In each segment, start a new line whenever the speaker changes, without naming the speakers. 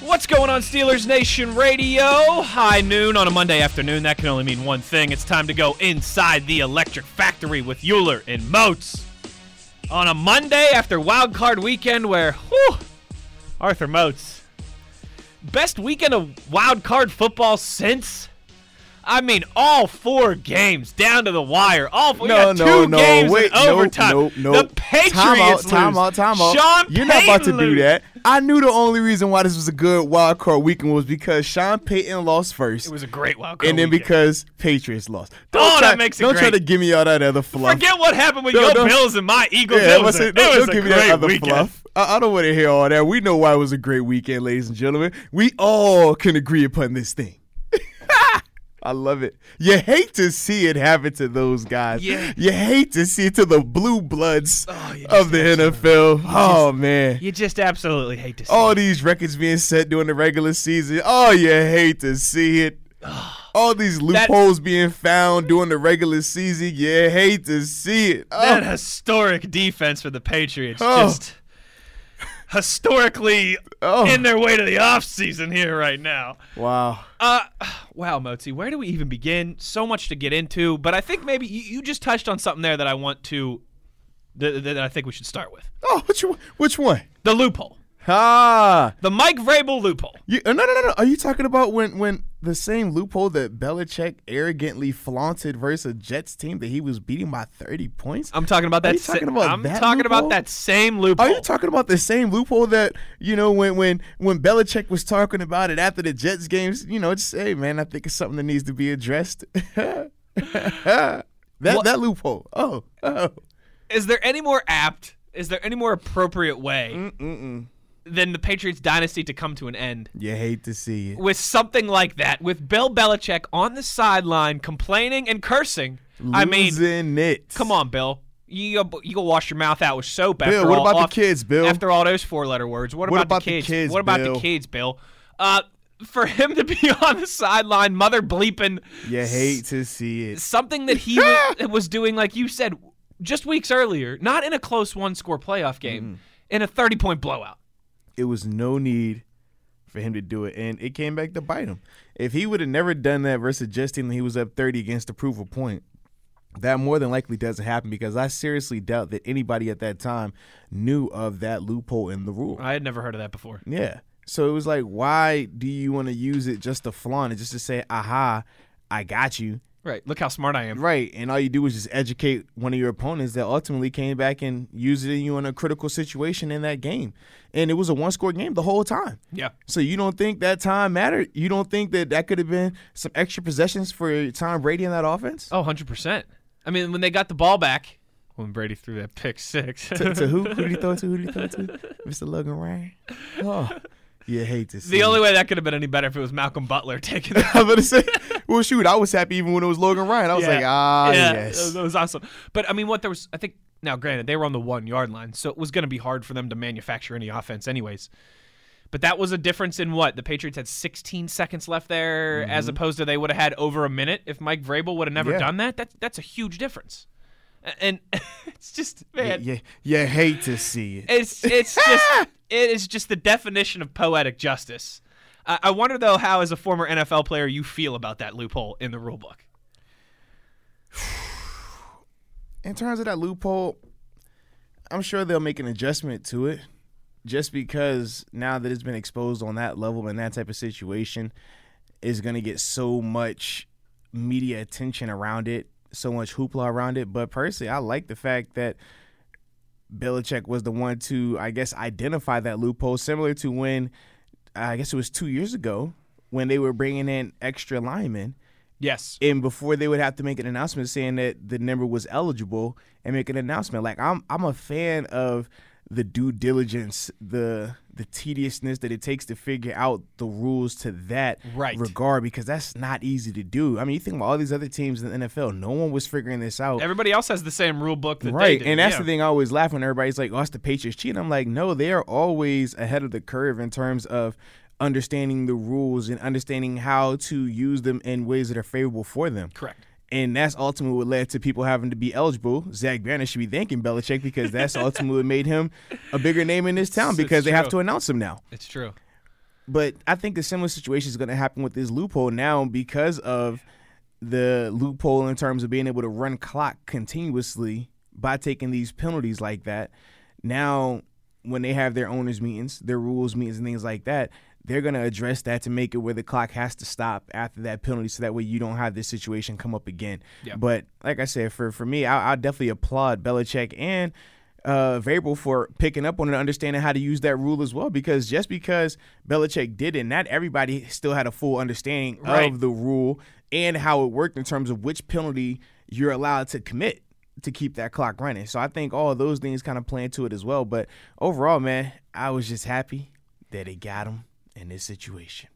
What's going on, Steelers Nation Radio? High noon on a Monday afternoon. That can only mean one thing. It's time to go inside the electric factory with Euler and Moats. On a Monday after Wild Card Weekend, where, whew, Arthur Moats. Best weekend of Wild Card football since. I mean, all four games down to the wire. All four, we
No,
got
no,
two
no.
games
Wait,
in
no,
overtime.
no, no.
The Patriots
Time out,
lose.
time out, time out.
Sean
You're not about to
Payton
do
lose.
that. I knew the only reason why this was a good wild card weekend was because Sean Payton lost first.
It was a great Wild Card
and then
weekend.
because Patriots lost. Don't
Oh,
try,
that makes it
Don't try
great.
to give me all that other fluff.
Forget what happened with
No,
your
don't-
Bills and my Eagles.
yeah,
it was
I'm
a,
gonna say, don't,
it was
don't
a
give me
great
that other
weekend.
fluff. I, I don't want to hear all that. We know why it was a great weekend, ladies and gentlemen. We all can agree upon this thing. I love it. You hate to see it happen to those guys.
Yeah. Oh,
You hate to see it to the blue bloods
you just
of the NFL. Oh man.
You just absolutely hate to see.
all these records being set during the regular season. Oh, you hate to see it. All these loopholes being found during the regular season. You hate to see it. Oh.
that historic defense for the Patriots.
Oh.
Just historically
Oh.
in their way to the offseason here right now.
wow.
Uh, wow, Motzi, where do we even begin? So much to get into, but I think maybe you, you just touched on something there that I want to, that, that I think we should start with.
Oh, which one? Which one?
The loophole.
Ah,
The Mike Vrabel loophole.
you, uh, no, no, no, no. Are you talking about when when the same loophole that Belichick arrogantly flaunted versus a Jets team that he was beating by thirty points?
I'm talking about that.
you
sa-
talking about
I'm
that
talking
loophole?
about that same loophole.
Are you talking about the same loophole that you know when when when Belichick was talking about it after the Jets games? You know, just hey man, I think it's something that needs to be addressed. that that loophole. Oh, oh.
is there any more apt is there any more appropriate way
Mm,
than the patriots dynasty to come to an end
you hate to see it.
with something like that with bill belichick on the sideline complaining and cursing i mean
Losing it.
come on bill you go, you go wash your mouth out with soap after
what
all,
about the
off-
kids, Bill?
after all those four letter words what,
What
about the kids, what about
Bill?
the kids bill uh for him to be on the sideline mother bleeping
You hate to see it.
something that he wa- was doing, like you said, just weeks earlier, not in a close one score playoff game, in a 30 point blowout.
It was no need for him to do it, and it came back to bite him. If he would have never done that versus just team that he was up thirty against to prove a point, that more than likely doesn't happen because I seriously doubt that anybody at that time knew of that loophole in the rule.
I had never heard of that before.
Yeah. So it was like, why do you want to use it just to flaunt it, just to say, aha, I got you?
Right. Look how smart I am.
Right. And all you do is just educate one of your opponents that ultimately came back and used it in you in a critical situation in that game. And it was a one score game the whole time.
Yeah.
So you don't think that time mattered? You don't think that that could have been some extra possessions for Tom Brady in that offense?
Oh, 100%. I mean, when they got the ball back, when Brady threw that pick six,
to, to who? Who did he throw to? Who did he throw to? Mr. Logan Ryan. Oh, you hate to see.
the
it.
only way that could have been any better if it was Malcolm Butler taking the.
I was gonna say, well, shoot, I was happy even when it was Logan Ryan. I was like, ah, yes.
That was awesome. But I mean, what there was, I think, now granted, they were on the one yard line, so it was going to be hard for them to manufacture any offense, anyways. But that was a difference in what? The Patriots had 16 seconds left there, as opposed to they would have had over a minute if Mike Vrabel would have never
Mm-hmm. Yeah.
done that. That That's a huge difference. A- And it's just,
Yeah,
man,
yeah, you hate to see it.
it's, it's just, it is just the definition of poetic justice. I I wonder, though, how, as a former NFL player, you feel about that loophole in the rule book.
In terms of that loophole, I'm sure they'll make an adjustment to it, just because now that it's been exposed on that level and that type of situation is going to get so much media attention around it, so much hoopla around it. But personally, I like the fact that Belichick was the one to, I guess, identify that loophole, similar to when I guess it was two years ago when they were bringing in extra linemen
Yes.
and before they would have to make an announcement saying that the number was eligible and make an announcement. Like I'm I'm a fan of the due diligence, the the tediousness that it takes to figure out the rules to that
Right.
regard because that's not easy to do. I mean, you think about all these other teams in the NFL, no one was figuring this out.
Everybody else has the same rule book that
Right,
they did.
and that's
yeah.
the thing I always laugh when everybody's like, "Oh, it's the Patriots cheating." I'm like, no, they are always ahead of the curve in terms of understanding the rules and understanding how to use them in ways that are favorable for them.
Correct.
And that's ultimately what led to people having to be eligible. Zach Banner should be thanking Belichick because that's ultimately what made him a bigger name in this town
It's-
because
it's
they have
true.
to announce him now.
It's true.
But I think the similar situation is going to happen with this loophole now because of the loophole in terms of being able to run clock continuously by taking these penalties like that. Now, when they have their owners' meetings, their rules meetings, and things like that, they're going to address that to make it where the clock has to stop after that penalty so that way you don't have this situation come up again.
Yeah.
But like I said, for, for me, I, I definitely applaud Belichick and uh, Vrabel for picking up on it and understanding how to use that rule as well. Because just because Belichick did it, not everybody still had a full understanding
Right.
of the rule and how it worked in terms of which penalty you're allowed to commit to keep that clock running. So I think all of those things kind of play into it as well. But overall, man, I was just happy that it got him in this situation.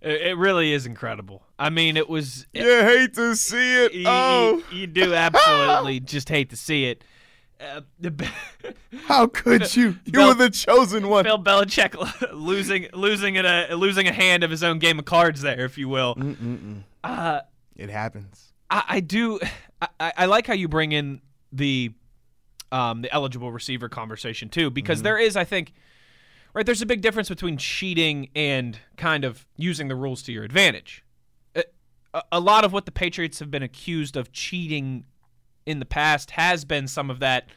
It, it really is incredible. I mean, it was. it-
You hate to see it.
you-
Oh.
you, you do absolutely just hate to see it. Uh, the-
how could you? You
Bel-
were the chosen one.
Bill Belichick losing losing it a losing a hand of his own game of cards there, if you
Mm.
will. Uh,
It happens.
I, I do. I- I, I like how you bring in the um, the eligible receiver conversation too, because there is, I think, right. There's a big difference between cheating and kind of using the rules to your advantage. A, a- a lot of what the Patriots have been accused of cheating in the past has been some of that,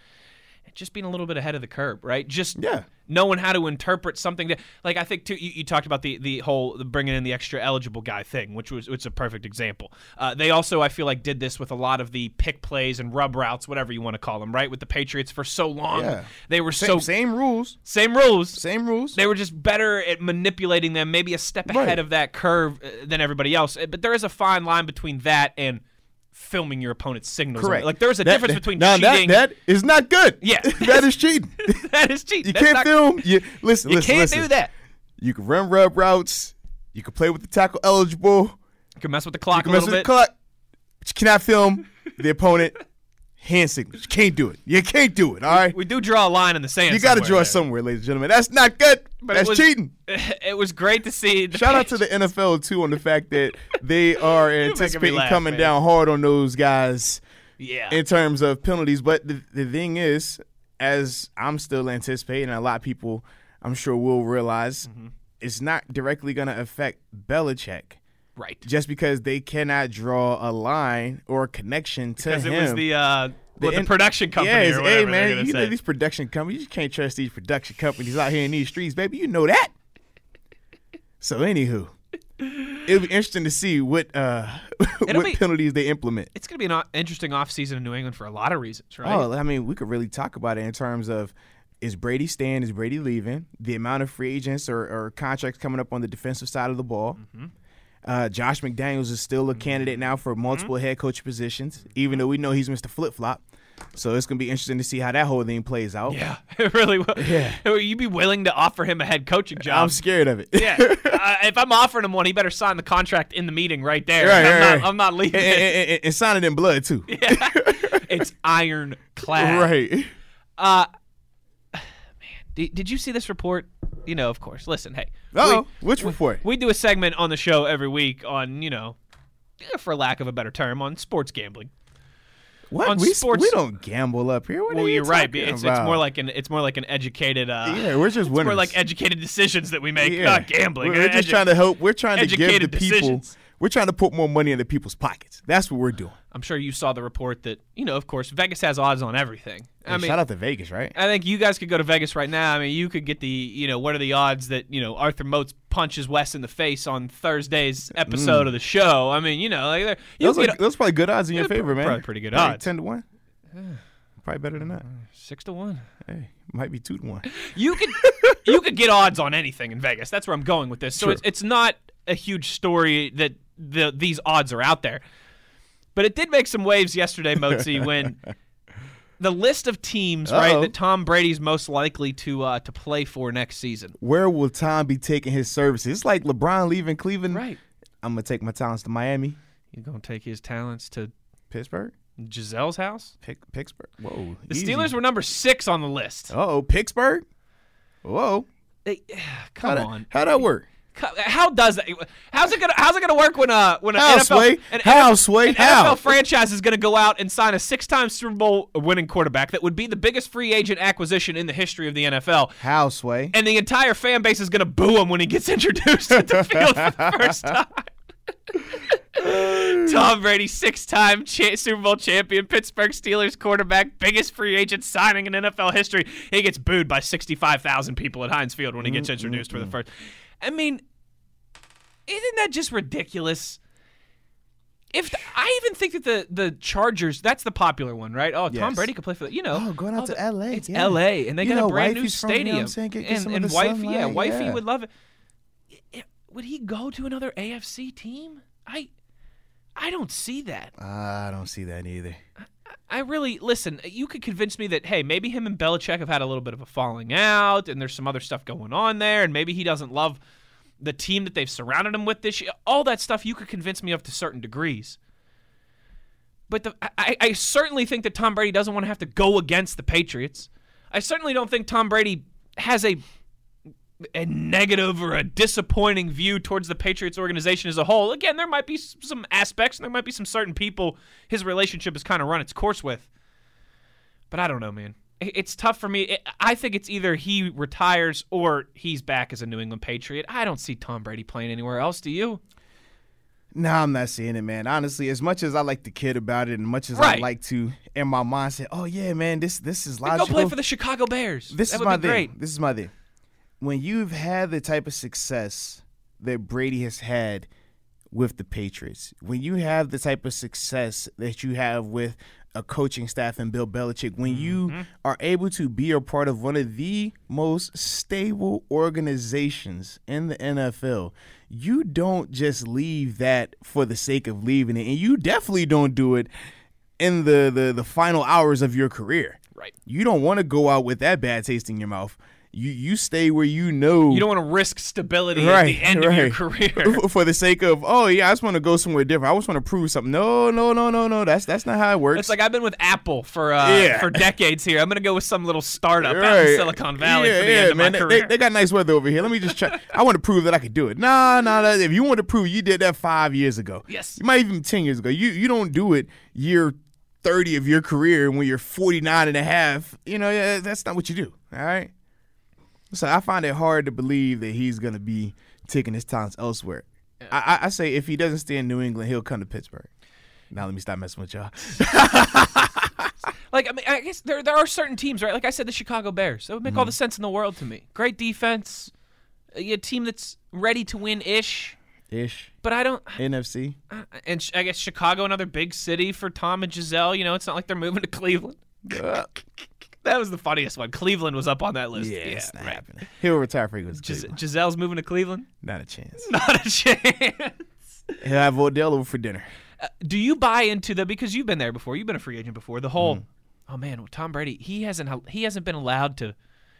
just being a little bit ahead of the curve, right? Just
Yeah.
knowing how to interpret something that like i think too you, you talked about the the whole the bringing in the extra eligible guy thing which was it's a perfect example uh, they also i feel like did this with a lot of the pick plays and rub routes whatever you want to call them right with the patriots for so long
Yeah.
they were so
Same, same rules.
same rules
Same rules.
they were just better at manipulating them maybe a step ahead
Right.
of that curve uh, than everybody else Uh, but there is a fine line between that and filming your opponent's signals
Correct.
like there's a
That-
difference
that-
between
now that-
cheating
that is not good.
Yeah.
that is cheating.
that is cheating
You
That's
can't
not-
film. You listen.
you
listen,
can't
listen.
do that
You can run rub routes. You can play with the tackle eligible.
you can mess with the clock
You can
a
mess
little
with the
bit
clock. But you cannot film the opponent hand signals. You can't do it. You can't do it. All right.
We do draw a line in the sand.
You got to
somewhere
draw
there.
somewhere, ladies and gentlemen. That's not good.
But
That's
it was,
cheating.
It was great to see. The
Shout out to the NFL too on the fact that they are anticipating
laugh,
coming
man.
down hard on those guys.
yeah.
in terms of penalties. But the, the thing is, as I'm still anticipating, a lot of people I'm sure will realize
Mm-hmm.
it's not directly going to affect Belichick
right.
just because they cannot draw a line or a connection to
Because
him.
it was the uh, what, the
in-
production company
Yeah, it's,
or whatever
hey
they're
man,
gonna
you know
say.
these production companies. You can't trust these production companies out here in these streets, baby. You know that. So, anywho, it'll be interesting to see what uh, what
be-
penalties they implement.
it's going to be an o- interesting offseason in New England for a lot of reasons, right?
Oh, I mean, we could really talk about it in terms of is Brady staying, is Brady leaving, the amount of free agents or, or contracts coming up on the defensive side of the ball.
Mm-hmm.
Uh, Josh McDaniels is still a candidate now for multiple head coach positions,
Mm-hmm.
even though we know he's Mr. Flip Flop. So it's going to be interesting to see how that whole thing plays out.
yeah, it really will. Yeah. You'd be willing to offer him a head coaching job.
I'm scared of it.
yeah. Uh, if I'm offering him one, he better sign the contract in the meeting right there.
Right,
I'm,
right,
not,
right. Eh,
I'm not leaving.
and, and, and, and signing in blood, too.
it's ironclad.
eh. Right.
Did, did you see this report? You know, of course. Listen, hey.
Oh,
we-
which report?
we do a segment on the show every week on you know eh, for lack of a better term on sports gambling
What?
on
We,
sports-
we don't gamble up here. What
well
are you
you're right
talking
it's, it's
about?
more like an it's more like an educated uh
Yeah, we're just
it's
winners.
more like educated decisions that we make
Yeah.
not gambling eh?
We're, we're just
Edu-
trying to help. We're trying to give the
educated
people.
decisions.
We're trying to put more money into people's pockets. That's what we're doing.
i'm sure you saw the report that you know of course vegas has odds on everything i
And
mean
shout out to Vegas, right?
I think you guys could go to Vegas right now. I mean, you could get the, you know, what are the odds that, you know, Arthur Motes punches Wes in the face on Thursday's episode of the show? I mean, you know, like, they're- you
Mm. Those,
get
are, those probably good odds in your favor, man.
probably pretty good
Probably
odds.
Ten to one. Probably better than that.
six to one.
Hey, might be two to one.
You could you could get odds on anything in Vegas. That's where I'm going with this. So it's, it's not a huge story that the these odds are out there. But it did make some waves yesterday, Motzi, when the list of teams, right,
Uh-oh.
that Tom Brady's most likely to uh, to play for next season.
Where will Tom be taking his services? It's like LeBron leaving Cleveland.
Right.
I'm gonna take my talents to Miami,
You're gonna take his talents to
Pittsburgh,
Giselle's house.
Pick, Pittsburgh. Whoa.
The Steelers were number six on the list.
Uh oh, Pittsburgh. Whoa.
They-
How
come on,
that, how that work?
Co- how does that? How's it gonna? How's it gonna work when uh when an
How,
NFL
Sway?
an
How,
NFL
Sway?
an
How?
NFL franchise is gonna go out and sign a six-time Super Bowl winning quarterback that would be the biggest free agent acquisition in the history of the NFL,
How sway?
and the entire fan base is gonna boo him when he gets introduced at the field for the first time. Tom Brady, six-time cha- Super Bowl champion, Pittsburgh Steelers quarterback, biggest free agent signing in NFL history. He gets booed by sixty-five thousand people at Heinz Field when he gets introduced for the first. I mean, isn't that just ridiculous? If the, I even think that the the Chargers, that's the popular one, right? Oh, Tom
Yes.
Brady could play for the, you know.
Oh, going out
the-
to LA,
It's
yeah.
L.A. and they
You
got
know,
a brand new
wifey's from here, I'm
stadium.
saying, get- get
and
some of
and
the
wifey, yeah,
sunlight,
wifey
yeah.
would love it. I- I- Would he go to another AFC team? I I don't see that.
I don't see that either.
I really listen. You could convince me that hey, maybe him and Belichick have had a little bit of a falling out, and there's some other stuff going on there, and maybe he doesn't love the team that they've surrounded him with this year. All that stuff you could convince me of to certain degrees. But the, I- I, I certainly think that Tom Brady doesn't want to have to go against the Patriots. I certainly don't think Tom Brady has a a negative or a disappointing view towards the Patriots organization as a whole. Again, there might be s- some aspects and there might be some certain people his relationship has kind of run its course with. But I don't know, man. I- It's tough for me. I- I think it's either he retires or he's back as a New England Patriot. I don't see Tom Brady playing anywhere else. Do you?
Nah, I'm not seeing it, man. Honestly, as much as I like to kid about it, and much as
Right.
I like to, and my mind said, "Oh yeah, man, this this is
Go
logical."
play for the Chicago Bears.
this
That
is
would
my
be
thing.
great.
This is my thing. When you've had the type of success that Brady has had with the Patriots, when you have the type of success that you have with a coaching staff and Bill Belichick, when
Mm-hmm.
you are able to be a part of one of the most stable organizations in the NFL, you don't just leave that for the sake of leaving it. And you definitely don't do it in the, the, the final hours of your career.
Right.
You don't want to go out with that bad taste in your mouth. You you stay where you know
You don't want to risk stability
Right,
at the end of your
right.
career.
f- for the sake of oh yeah, I just want to go somewhere different. I just want to prove something. No, no, no, no, no. That's that's not how it works.
It's like I've been with Apple for uh,
Yeah.
for decades here. I'm gonna go with some little startup out
Right.
in Silicon Valley
yeah,
for the
yeah,
end of
man.
my
They-
career.
They, they got nice weather over here. Let me just try. I want to prove that I could do it. Nah, nah, nah. If you want to prove you did that five years ago,
Yes.
you might even ten years ago. You you don't do it year thirty of your career when you're 49 and a half. You know, yeah, that's not what you do. All right. So I find it hard to believe that he's gonna be taking his talents elsewhere. I, I, I say if he doesn't stay in New England, he'll come to Pittsburgh. Now let me stop messing with y'all.
Like I mean, I guess there there are certain teams, right? Like I said, the Chicago Bears. That would make all
Mm-hmm.
the sense in the world to me. Great defense, a a team that's ready to win ish.
Ish
But I don't,
NFC.
and sh- I guess Chicago, another big city for Tom and Giselle. You know, it's not like they're moving to Cleveland.
Uh,
That was the funniest one. Cleveland was up on that list. Yeah,
it's not
right.
happening. He'll retire for Eagles.
Gis- Giselle's moving to Cleveland.
Not a chance.
Not a chance.
He'll have Odell over for dinner.
do you buy into the because you've been there before you've been a free agent before the
Mm.
whole oh man tom brady he hasn't al- he hasn't been allowed to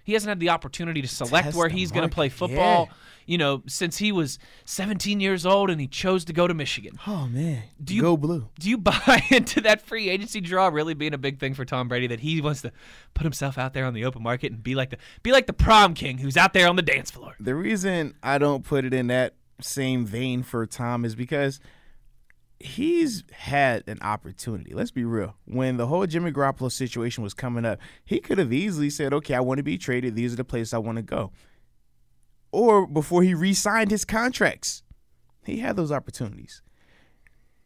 he hasn't had the opportunity to select
Test
where
the
he's going to
market,
play football you know since he was 17 years old and he chose to go to michigan
Oh man, do
you-
go blue?
do you buy into that free agency draw really being a big thing for tom brady that he wants to put himself out there on the open market and be like the be like the prom king who's out there on the dance floor
The reason I don't put it in that same vein for Tom is because he's had an opportunity. Let's be real. When the whole Jimmy Garoppolo situation was coming up, he could have easily said, "Okay, I want to be traded. These are the places I want to go." Or before he re-signed his contracts, he had those opportunities.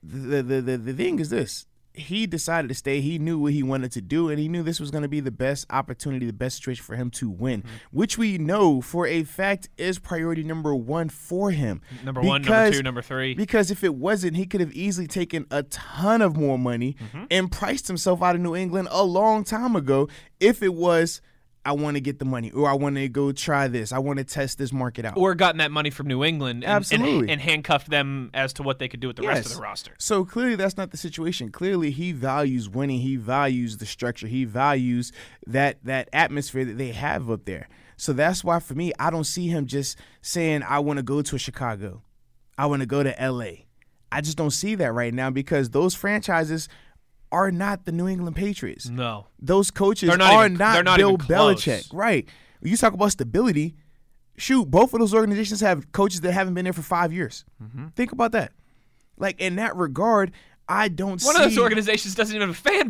The the the, the thing is this. He decided to stay. He knew what he wanted to do, and he knew this was going to be the best opportunity, the best situation for him to win,
Mm-hmm.
which we know for a fact is priority number one for him.
Number one, number
Because-
two, number three.
because if it wasn't, he could have easily taken a ton of more money and priced himself out of New England a long time ago if it was I want to get the money, or I want to go try this, I want to test this market out.
or gotten that money from New England and, and-
Absolutely.
and handcuffed them as to what they could do with the rest of the roster.
So clearly, that's not the situation. Clearly, he values winning. He values the structure. He values that that atmosphere that they have up there. So that's why, for me, I don't see him just saying, "I want to go to Chicago, I want to go to L.A." I just don't see that right now because those franchises are not the New England Patriots.
No.
Those coaches
They're not
are
even-
not,
they're not
Bill
even close.
Belichick, right? When you talk about stability. Shoot, both of those organizations have coaches that haven't been there for five years.
Mm-hmm.
Think about that. Like in that regard, I don't
One
see.
of those organizations doesn't even have a fan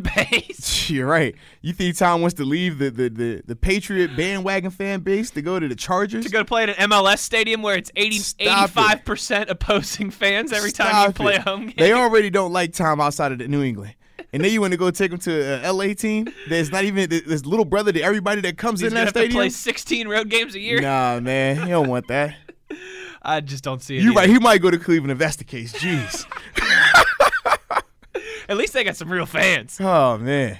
base.
You're right. You think Tom wants to leave the, the, the, the Patriot bandwagon fan base to go to the Chargers?
to go to play at an MLS stadium where it's 80,
Stop it.
85% opposing fans every time you
Stop
play
it.
a home game.
They already don't like Tom outside of the New England. And then you want to go take him to a LA team that's not even this little brother to everybody that comes
He's
in
gonna
that
have to play
stadium.
16 road games a year.
Nah, man, he don't want that.
I just don't see it.
You're
either.
right. He might go to Cleveland if that's the case. Jeez.
At least they got some real fans.
Oh man.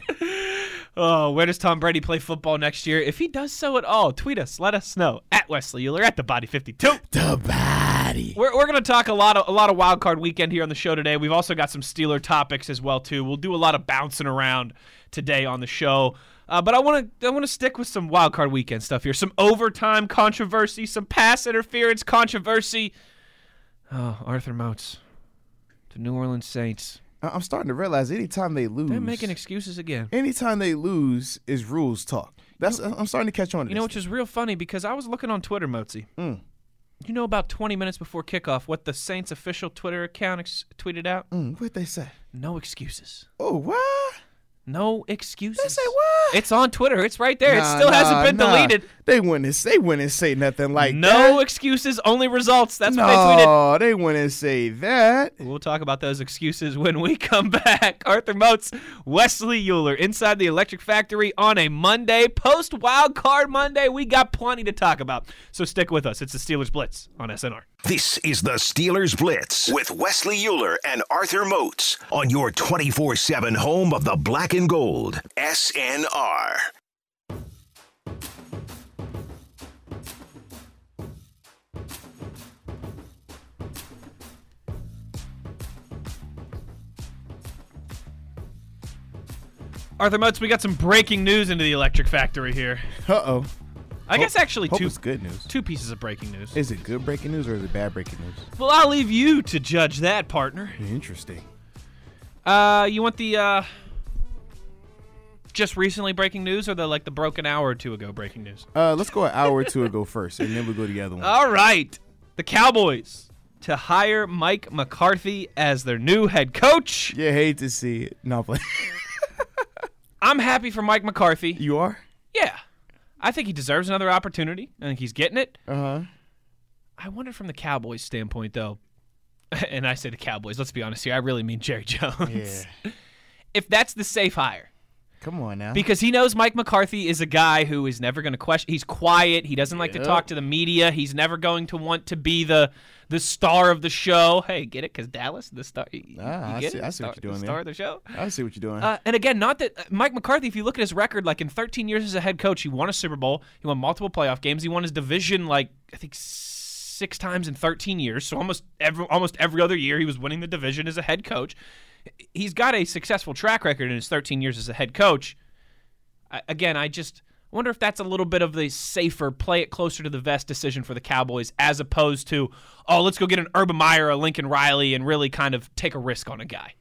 Oh, where does Tom Brady play football next year? If he does so at all, tweet us. Let us know at Wesley Euler at the Body 52.
The body.
We're, we're going to talk a lot of a lot of wild card weekend here on the show today. We've also got some Steeler topics as well too. We'll do a lot of bouncing around today on the show. Uh, but I want to I want to stick with some wild card weekend stuff here. Some overtime controversy, some pass interference controversy. Oh, Arthur Motes, the New Orleans Saints.
I- I'm starting to realize anytime they lose,
They're making excuses again.
anytime they lose is rules talk. That's I'm starting to catch on. To
You know,
this.
which is real funny because I was looking on Twitter, Mozi. You know, about 20 minutes before kickoff, what the Saints' official Twitter account ex- tweeted out?
Mm, what they say?
No excuses.
Oh, what?
No excuses.
They say what?
It's on Twitter. It's right there. it
Nah,
still hasn't
nah,
been
nah.
deleted.
They wouldn't. They wouldn't say nothing like
no
that.
excuses, only results. That's what they tweeted.
no, they wouldn't say that.
We'll talk about those excuses when we come back. Arthur Motes, Wesley Euler, inside the Electric Factory on a Monday, post Wild Card Monday. We got plenty to talk about, so stick with us. It's the Steelers Blitz on SNR.
This is the Steelers Blitz
With Wesley Euler and Arthur Moats on your 24 7 home of the black and gold. SNR.
Arthur Mutz, we got some breaking news into the Electric Factory here.
Uh oh.
I guess actually
Hope
two
it's good news.
two pieces of breaking news.
Is it good breaking news or is it bad breaking news?
Well, I'll leave you to judge that, partner.
Interesting.
Uh, you want the uh, just recently breaking news, or the like the broken hour or two ago breaking news?
Uh, let's go an hour or two ago first, and then we'll go to the other one.
All right, the Cowboys to hire Mike McCarthy as their new head coach.
you hate to see it. No, but
I'm happy for Mike McCarthy.
you are.
Yeah. I think he deserves another opportunity. I think he's getting it. Uh
Uh-huh.
I wonder from the Cowboys' standpoint, though, and I say the Cowboys, let's be honest here, I really mean Jerry Jones. If that's the safe hire,
Come on now.
because he knows Mike McCarthy is a guy who is never going to question. He's quiet. He doesn't like to talk to the media. He's never going to want to be the the star of the show. Hey, get it? Because Dallas, the star. You, you
Ah, I
get
see-
it?
I see what
Star-
you're doing
the
there.
star of the show.
I see what you're doing.
Uh, and again, not that Mike McCarthy. If you look at his record, like in 13 years as a head coach, he won a Super Bowl, he won multiple playoff games, he won his division like I think six times in 13 years. So almost every almost every other year, he was winning the division as a head coach. He's got a successful track record in his 13 years as a head coach. I, again, I just wonder if that's a little bit of the safer, play it closer to the vest decision for the Cowboys, as opposed to oh, let's go get an Urban Meyer, a Lincoln Riley, and really kind of take a risk on a guy.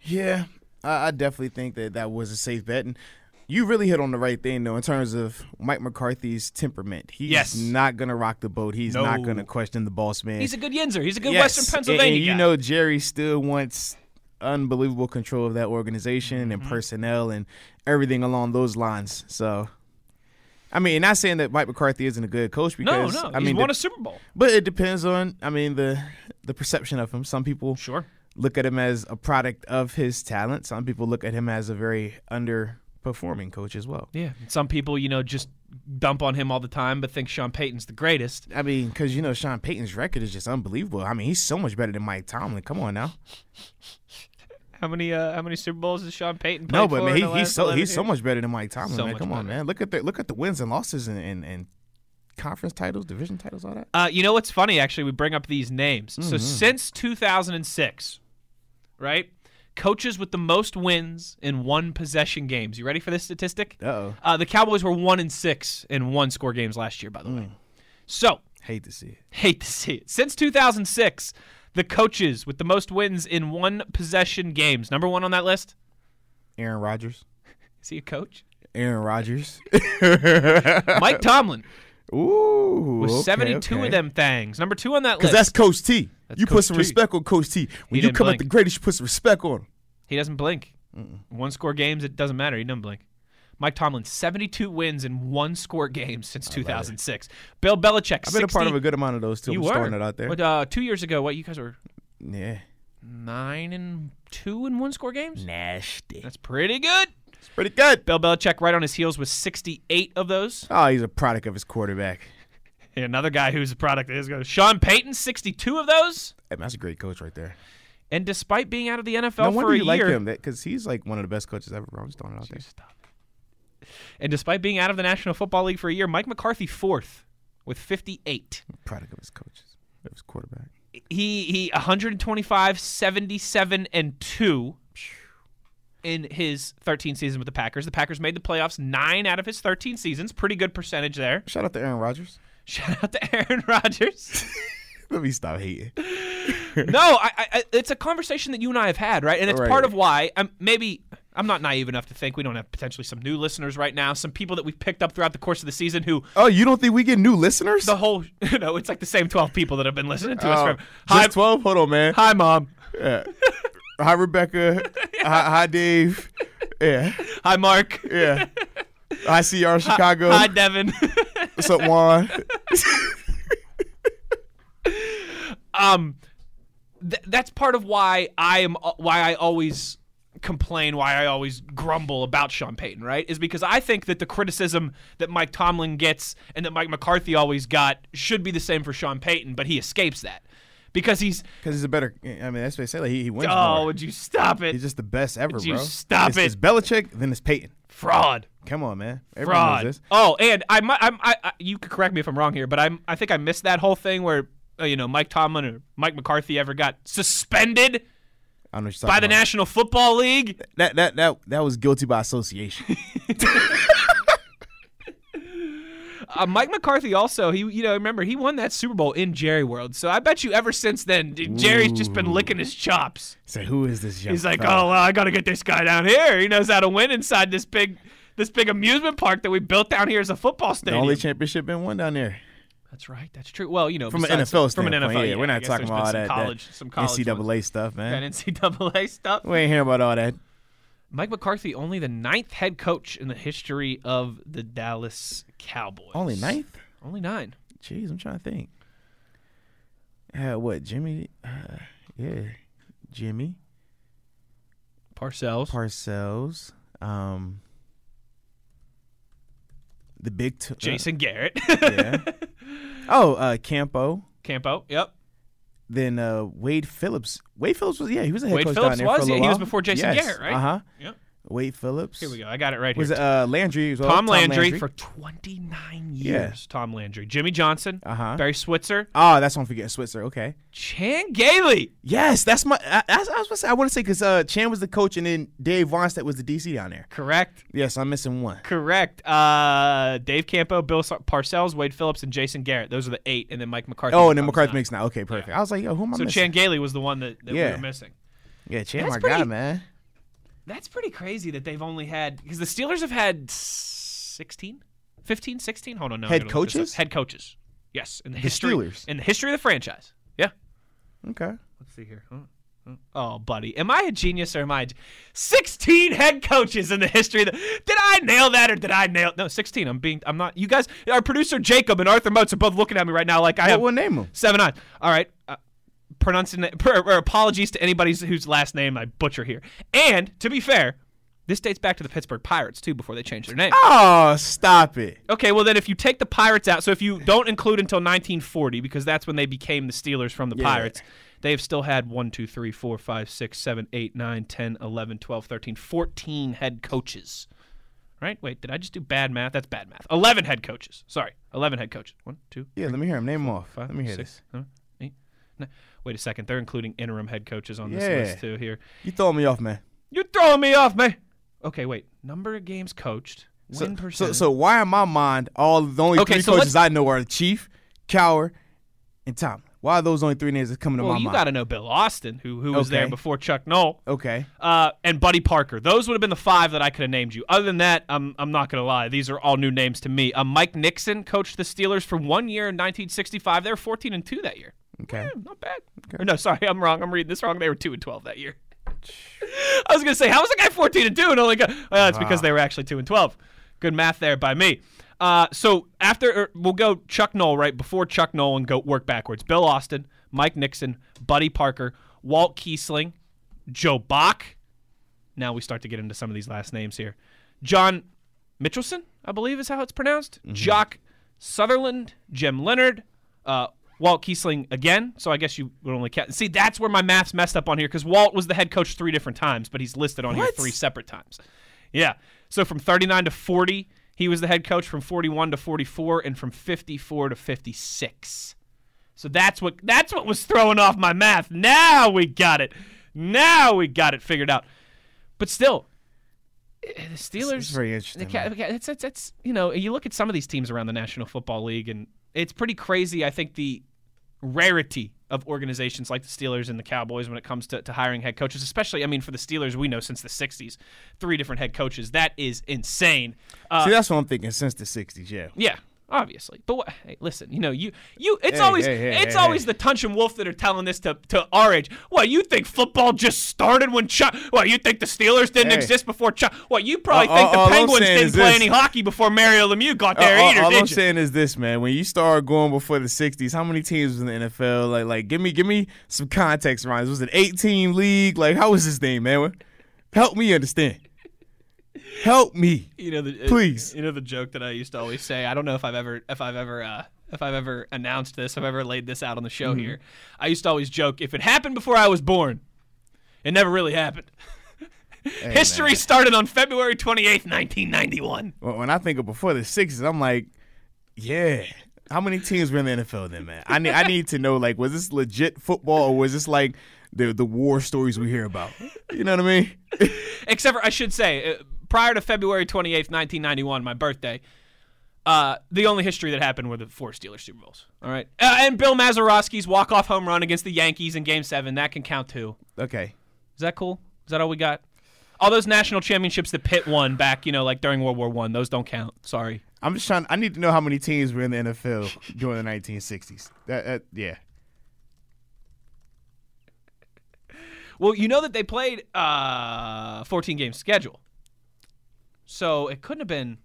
Yeah, I, I definitely think that that was a safe bet. And you really hit on the right thing, though, in terms of Mike McCarthy's temperament. He's
Yes.
not going to rock the boat. He's not
No.
going to question the boss man.
He's a good Yinzer. He's a good
Yes,
Western
and-
Pennsylvania
And, you
guy.
know, Jerry still wants unbelievable control of that organization
Mm-hmm.
and personnel and everything along those lines. So. I mean, not saying that Mike McCarthy isn't a good coach
no,
because
no.
I
he's
mean,
won
the-
a Super Bowl.
but it depends on I mean the the perception of him. Some people
Sure.
look at him as a product of his talent. Some people look at him as a very underperforming coach as well.
Yeah. Some people, you know, just dump on him all the time, but think Sean Payton's the greatest.
I mean, because you know Sean Payton's record is just unbelievable. I mean, he's so much better than Mike Tomlin. Come on now,
How many uh, how many Super Bowls has Sean Payton played
No, but
for
man,
in
he,
the last
he's so
11
he's so
years?
much better than Mike Tomlin,
So
man.
much
Come on,
better.
man. Look at the look at the wins and losses and, and, and conference titles, division titles, all that.
Uh, you know what's funny? Actually, we bring up these names.
Mm-hmm.
So since 2006, right? Coaches with the most wins in one possession games. You ready for this statistic?
Uh-oh.
Uh, the Cowboys were one and six in one score games last year. By the
Mm.
way, so
Hate to see it.
hate to see it. Since 2006, the coaches with the most wins in one possession games. Number one on that list.
Aaron Rodgers.
Is he a coach?
Aaron Rodgers.
Mike Tomlin
Ooh,
with
okay,
72
okay.
of them things. Number two on that
Because
list.
that's Coach T. you put
Coach
some
T.
respect on Coach T. When
He
you
didn't
come
blink.
at the greatest, you put some respect on him.
He doesn't blink. One score games, it doesn't matter. He doesn't blink. Mike Tomlin, 72 wins in one score games since 2006. Bill Belichick,
I've been a part of
60
a good amount of those too.
You
I'm
were
just throwing it out there.
What, uh, two years ago, what you guys were
Yeah.
nine and two in one score
Mm.
games.
Nasty.
That's pretty good.
That's pretty good.
Bill Belichick right on his heels with 68 of those.
Oh, he's a product of his quarterback.
And another guy who's a product of his. Sean Payton, 62 of those.
Hey, man, that's a great coach right there.
And despite being out of the NFL
No
for
wonder
a
you
year,
like him, because he's like one of the best coaches ever. bro. I'm just throwing it out there.
Stop it. And despite being out of the National Football League for a year, Mike McCarthy fourth with 58.
Product of his coaches, of his quarterback.
He he 125, 77 and 2 in his 13 season with the Packers. The Packers made the playoffs 9 out of his 13 seasons. Pretty good percentage there.
Shout out to Aaron Rodgers.
Shout out to Aaron Rodgers.
Let me stop hating.
no, I, I I- it's a conversation that you and I have had, right? And it's
Right.
part of why I'm maybe I'm not naive enough to think we don't have potentially some new listeners right now, some people that we've picked up throughout the course of the season who
Oh, you don't think we get new listeners?
the whole you know it's like the same 12 people that have been listening to
Oh,
us from
just
hi,
12? Hold on, man.
hi mom
Hi, Rebecca. hi, hi, Dave. Yeah,
hi mark
yeah. Hi, CR Chicago.
hi devin
What's up, Juan?
um th- that's part of why i am uh, why i always complain why i always grumble about sean payton right is because i think that the criticism that mike tomlin gets and that mike mccarthy always got should be the same for sean payton but he escapes that because he's
Because he's a better. I mean, that's what they say. Like he, he wins
oh
more.
would you stop it
He's just the best ever,
Would you
bro.
stop
it's,
it?
It's Belichick, then it's Peyton.
fraud
Come on, man. Everyone
fraud.
knows this.
Oh, and I, mi- I'm, I, I, you could correct me if I'm wrong here, but I'm, I think I missed that whole thing where uh, you know Mike Tomlin or Mike McCarthy ever got suspended
I don't know what you're
by the
talking about.
National Football League.
That that that that was guilty by association.
Uh, Mike McCarthy also, he, you know, remember he won that Super Bowl in Jerry World. So I bet you ever since then, d- Jerry's just been licking his chops.
Say, who is this young?
He's like,
fella?
oh, well, I got to get this guy down here. He knows how to win inside this big. This big amusement park that we built down here is a football
the
stadium.
only championship been won down there
that's right. That's true. Well, you know,
from an
besides-
NFL
from an
standpoint.
NFL.
yeah, we're
I
not
guess
talking
there's
about
been
all that,
some college,
that
some college
NCAA
ones.
stuff, man.
that NCAA stuff.
We ain't hearing about all that.
Mike McCarthy, only the ninth head coach in the history of the Dallas Cowboys.
Only ninth.
Only nine.
Jeez, I'm trying to think. Uh, what Jimmy? Uh, yeah, Jimmy
Parcells.
Parcells. Um, the big two.
Jason Garrett.
yeah. Oh, uh, Campo.
Campo. Yep.
Then uh, Wade Phillips. Wade Phillips was yeah, he was a head
Wade
coach
Phillips
down there
was,
for a
yeah,
little
he was
while.
before Jason
Yes,
Garrett, right?
Uh huh.
Yep.
Wade Phillips.
Here we go. I got it right
Was
here.
it uh, Landry? as well?
Tom, Landry, for 29 years. Tom Landry. Jimmy Johnson.
Uh-huh.
Barry Switzer.
oh, that's one forget Switzer. Okay.
Chan Gailey.
Yes, that's my. I, I, I was gonna say. I want to say because uh, Chan was the coach and then Dave Wonstadt was the DC down there.
Correct.
Yes, I'm missing one.
Correct. Uh, Dave Campo, Bill Sar- Parcells, Wade Phillips, and Jason Garrett. Those are the eight. And then Mike McCarthy.
Oh, and then
becomes
McCarthy
nine.
makes now. Okay, perfect. I was like, yo, who am I
So Chan
missing?
Gailey was the one that, that we
Yeah.
were missing.
yeah, Chan,
That's
my
pretty-
guy, man.
That's pretty crazy that they've only had because the Steelers have had 16, 15, 16. Hold on, no, I'm
Head
gonna look this up.
coaches?
head coaches. Yes, in the, history,
Steelers.
in the history of the franchise. Yeah.
Okay.
Let's see here. Oh, buddy, am I a genius or am I? A, g- sixteen head coaches in the history. Of the, did I nail that or did I nail? No, sixteen. I'm being. I'm not. You guys, our producer Jacob and Arthur Motes are both looking at me right now like I
What
have
will name him?
seven on. All right. Uh, pronouncing or apologies to anybody whose last name I butcher here. And to be fair, This dates back to the Pittsburgh Pirates too, before they changed their name.
Oh, stop it.
Okay, well then, if you take the Pirates out, so if you don't include until 1940, because that's when they became the Steelers from the
Yeah.
Pirates, they have still had 1, 2, 3, 4, 5, 6, 7, 8, 9, 10, 11, 12, 13, 14 head coaches. Right? Wait, did I just do bad math? That's bad math. 11 head coaches. Sorry, 11 head coaches. One, two,
Yeah, let me hear him. Name him off.
five,
let me hear
six,
this.
seven, eight, nine. Wait a second. They're including interim head coaches on
Yeah.
this list too here.
You throwing me off, man.
You're throwing me off, man. Okay, wait. Number of games coached.
So,
Win
so,
percentage.
so why in my mind all the only
Okay,
three
so
coaches
let's-
I know are Chief, Cowher, and Tom? Why are those only three names that come into
well,
my
you
mind?
got to know Bill Austin, who who was there
Okay.
before Chuck Knoll,
okay.
uh, and Buddy Parker. Those would have been the five that I could have named you. Other than that, I'm I'm not gonna lie. These are all new names to me. Uh, Mike Nixon coached the Steelers for one year in 1965. They were 14 and two that year.
Okay.
Hmm, not bad. Or no, sorry, I'm wrong. I'm reading this wrong. They were two and 12 that year. I was gonna say, how was the guy 14 and two and only? Go- well, it's because they were actually two and 12. Good math there by me. Uh, so after er, we'll go Chuck Knoll right before Chuck Knoll and go work backwards. Bill Austin, Mike Nixon, Buddy Parker, Walt Kiesling, Joe Bach. Now we start to get into some of these last names here. John Mitchelson, I believe is how it's pronounced. Jock Sutherland, Jim Leonard, uh, Walt Kiesling again. So I guess you would only count. See, that's where my math's messed up on here because Walt was the head coach three different times, but he's listed on here
What?
three separate times. Yeah. So from 39 to 40, he was the head coach from 41 to 44 and from 54 to 56. So that's what that's what was throwing off my math. Now we got it. Now we got it figured out. But still, eh, the Steelers.
It's very interesting.
They ca-
man.
okay, it's, it's, it's you know you look at some of these teams around the National Football League and it's pretty crazy. I think the rarity of organizations like the Steelers and the Cowboys when it comes to, to hiring head coaches, especially I mean for the Steelers, we know since the '60s, three different head coaches. That is insane. Uh,
See, that's what I'm thinking since the '60s. Yeah.
yeah, obviously. But what, hey, listen, you know, you you it's
Hey,
always
hey, hey,
it's
hey,
always the Tunch and Wolf that are telling this to to our age. What you think football just started when Chuck? What you think the Steelers didn't
Hey.
exist before Chuck? What you probably
Uh,
think
all- all
the
I'm
Penguins
saying
didn't
is
play
this.
any hockey before Mario Lemieux got their
all,
eaters,
all
did
I'm
you?
saying is this, man. When you start going before the '60s, how many teams was in the NFL? Like, like, give me, give me some context around this. Was it an 18 league? Like, how was this thing, man? Help me understand. Help me.
you know the uh,
Please.
you know the joke that i used to always say i don't know if i've ever if i've ever uh if i've ever announced this if i've ever laid this out on the
Mm-hmm.
show here i used to always joke if it happened before i was born it never really happened history
man.
started on february 28th 1991
When when I think of before the '60s, I'm like, yeah. How many teams were in the NFL then, man? I need, I need to know. Like, was this legit football, or was this like the the war stories we hear about? You know what I mean?
except for i should say uh, prior to february 28th 1991 my birthday uh, the only history that happened were the four Steelers Super Bowls. All right, uh, and Bill Mazeroski's walk-off home run against the Yankees in Game Seven that can count too.
Okay.
Is that cool? Is that all we got? All those national championships that Pitt won back, you know, like during World War One, those don't count. Sorry.
I'm just trying. I need to know how many teams were in the NFL during the 1960s. That, that yeah.
Well, you know that they played uh 14 game schedule, so it couldn't have been.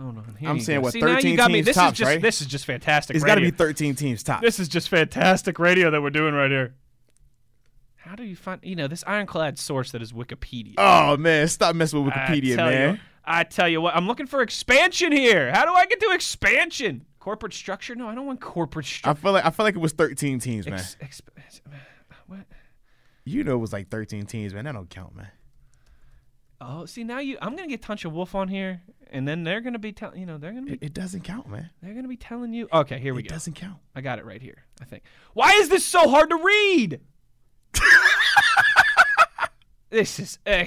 Hold on. Here
I'm
you
saying,
go.
what,
See, now
13
you got me.
teams
This
tops,
is just
right?
this is just fantastic.
It's got to
radio.
be 13 teams top.
This is just fantastic radio that we're doing right here. How do you find you know this ironclad source that is Wikipedia?
oh man, stop messing with
I
Wikipedia,
tell you-
man.
I tell you what, I'm looking for expansion here. How do I get to expansion? Corporate structure? No, I don't want
I
corporate structure.
feel like I feel like it was 13 teams, man.
Ex- exp- what?
You know, it was like 13 teams, man. That don't count, man.
Oh, see now you. I'm gonna get Tunch and Wolf on here, and then they're gonna be telling you know they're gonna
It,
be
it doesn't count, man.
they're gonna be telling you. Okay, here we
It
go.
doesn't count.
I got it right here. I think. Why is this so hard to read? this is. Eh.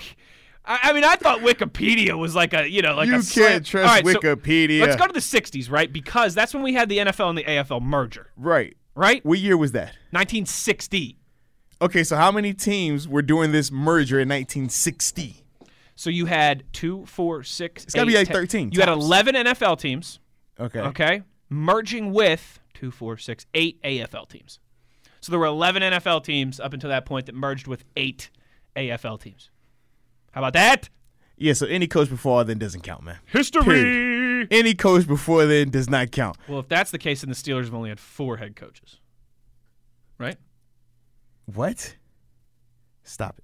I, I mean, I thought Wikipedia was like a you know like
you
a
can't
slam-
trust
All right, so-
Wikipedia.
Let's go to the 60s, right? Because that's when we had the NFL and the AFL merger,
right.
right?
What year was that?
1960.
Okay, so how many teams were doing this merger in 1960?
So you had two, four, six. It's
gotta be like 13
You had
tops.
11 NFL teams,
Okay.
okay? Merging with two, four, six, eight AFL teams. So there were 11 NFL teams up until that point that merged with eight AFL teams. How about that?
Yeah, so any coach before then doesn't count, man.
History.
Any coach before then does not count.
Well, if that's the case, then the Steelers have only had four head coaches, right?
What? Stop it.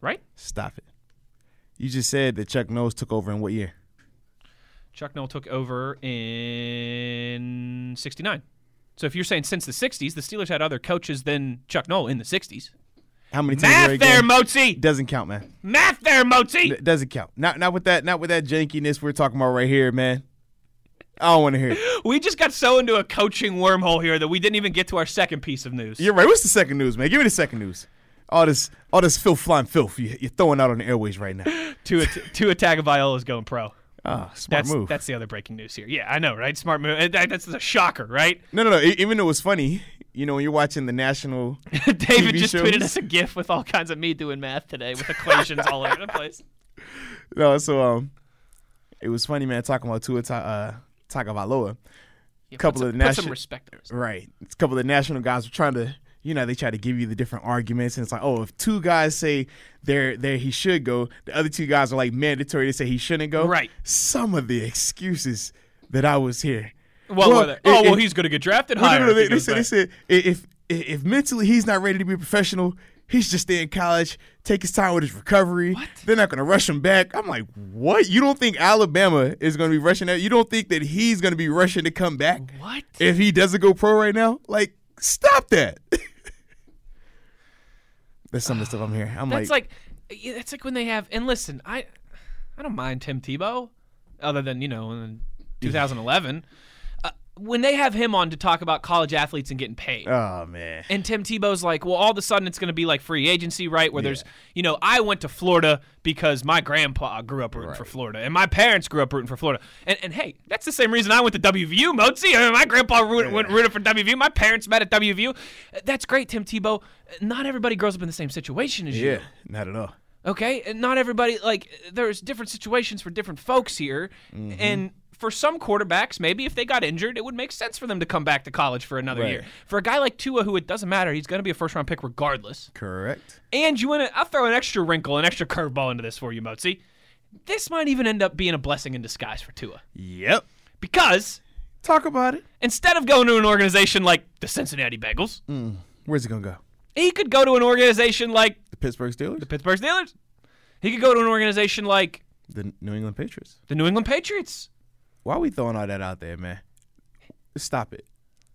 Right?
Stop it. You just said that Chuck Knows took over in what year?
Chuck Noll took over in 69. So if you're saying since the 60s, the Steelers had other coaches than Chuck Noll in the 60s.
How many times? were they
Math there,
again?
Mozi.
doesn't count, man.
Math there, Mozi.
It doesn't count. Not not with that. Not with that jankiness we're talking about right here, man. I don't want to hear it.
We just got so into a coaching wormhole here that we didn't even get to our second piece of news.
You're right. What's the second news, man? Give me the second news. All this, all this filth, flying filth you, you're throwing out on the airways right now.
Tua, Tua Tagovailoa is going pro.
Ah, smart
That's
move.
that's the other breaking news here. Yeah, I know, right? Smart move. And that- That's a shocker, right?
no, no, no. e- Even though it's funny, you know, when you're watching the national,
David
TV
just tweeted
shows.
us a gif with all kinds of me doing math today with equations all over the place.
no, so um, it was funny, man. Talking about Tua Ta- uh, Tagovailoa,
Yeah,
Couple
put
of
some, put some
nation-
respect on it.
Right. It's a couple of the national guys were trying to, you know, they try to give you the different arguments, and it's like, oh, if two guys say there, there he should go, the other two guys are like mandatory to say he shouldn't go.
Right.
Some of the excuses that I was here.
Well,
Well,
whether- oh,
it-
well,
it-
he's going to get drafted
No,
higher.
no, no,
if he
they, they
goes
said, they
back.
said i- if i- if mentally he's not ready to be a professional, he should stay in college, take his time with his recovery. They're not going to rush him back. I'm like, what? You don't think Alabama is going to be rushing that? You don't think that he's going to be rushing to come back?
What?
if he doesn't go pro right now, like stop that. That's some of the stuff I'm here. I'm
That's
like,
like, yeah, that's like when they have. And listen, I, I don't mind Tim Tebow, other than you know, in 2011, uh, when they have him on to talk about college athletes and getting paid.
oh man,
and Tim Tebow's like, well, all of a sudden it's going to be like free agency, right? Where there's, you know, I went to Florida because my grandpa grew up rooting for Florida, and my parents grew up rooting for Florida. And, and hey, that's the same reason I went to WVU, Mozi. I mean, my grandpa root, went rooted for WVU. My parents met at WVU. Uh, That's great, Tim Tebow. Uh, Not everybody grows up in the same situation as
yeah,
you.
not at all.
Okay, and not everybody like there's different situations for different folks here, and for some quarterbacks, maybe if they got injured, it would make sense for them to come back to college for another
Right.
year. For a guy like Tua, who it doesn't matter, he's going to be a first round pick regardless.
Correct.
And you want to? I'll throw an extra wrinkle, an extra curveball into this for you, Motzi. This might even end up being a blessing in disguise for Tua
Yep.
because
Talk about it.
instead of going to an organization like the Cincinnati Bengals,
Where's it gonna go?
he could go to an organization like
The Pittsburgh Steelers,
the Pittsburgh Steelers. He could go to an organization like
the New England Patriots.
the New England Patriots.
Why are we throwing all that out there, man? Stop it.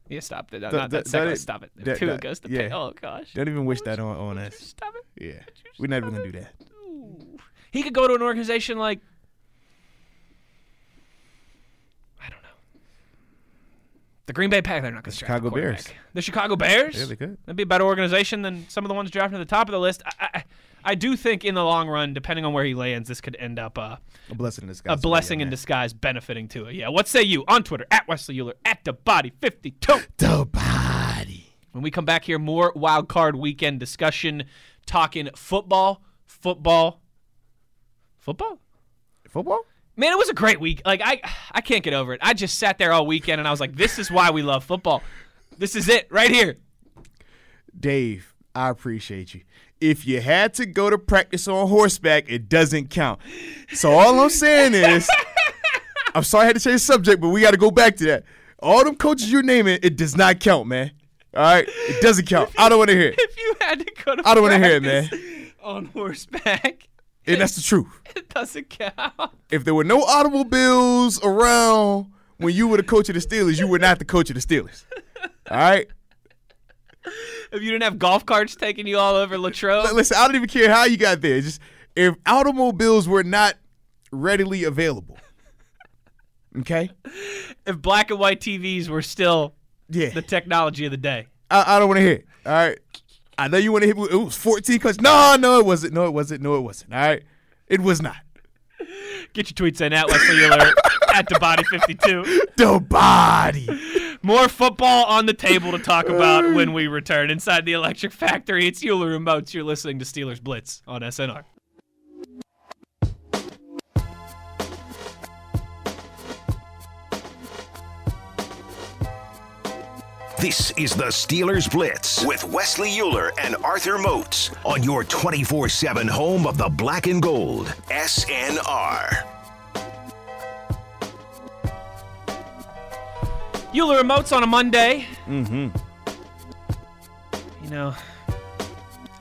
Yeah, stop it. No,
Th-
not that
th-
second
that
one.
is-
Stop it. If
that-
Tua
that-
goes to
yeah.
pay. Oh, gosh.
Don't even wish that on, on us.
Stop it.
Yeah, we're not even gonna do that.
He could go to an organization like. I don't know. The Green Bay Packers, they're not going to
Chicago Bears.
The Chicago Bears?
Yeah, they could.
That'd be a better organization than some of the ones drafted at the top of the list. I, I, I do think in the long run, depending on where he lands, this could end up. Uh,
A blessing in disguise.
a blessing in disguise benefiting to it. Yeah. What say you on Twitter at Wesley Euler at the body 52?
The body.
When we come back here, more wild card weekend discussion, talking football, football, football.
Football.
Man, it was a great week. Like I, I can't get over it. I just sat there all weekend and I was like, this is why we love football. This is it right here.
Dave, I appreciate you. If you had to go to practice on horseback, it doesn't count. So all I'm saying is, I'm sorry I had to change the subject, but we got to go back to that. All them coaches you're naming, it does not count, man. All right, it doesn't count. I don't want to hear it,
If you had to go to
I don't wanna hear it,
practice On horseback,
and that's the truth.
it doesn't count.
If there were no automobiles around when you were the coach of the Steelers, you were not the coach of the Steelers. All right.
If you didn't have golf carts taking you all over
But
Latrobe,
listen, I don't even care how you got there. Just if automobiles were not readily available. Okay?
if black and white TVs were still
Yeah.
the technology of the day.
I, I don't want to hear it. All right. I know you want to hit me. with, It was 14 coaches. No, no, it wasn't. No, it wasn't. No, it wasn't. All right. It was not.
Get your tweets in at Wesley Euler at the body 52.
The body.
More football on the table to talk about when we return inside the Electric Factory. It's Euler and Moats. You're listening to Steelers Blitz on SNR.
This is the Steelers Blitz
With Wesley Euler and Arthur Moats.
on your 24 7 home of the black and gold.
SNR.
Euler and Moats on a Monday. Mm-hmm. You know,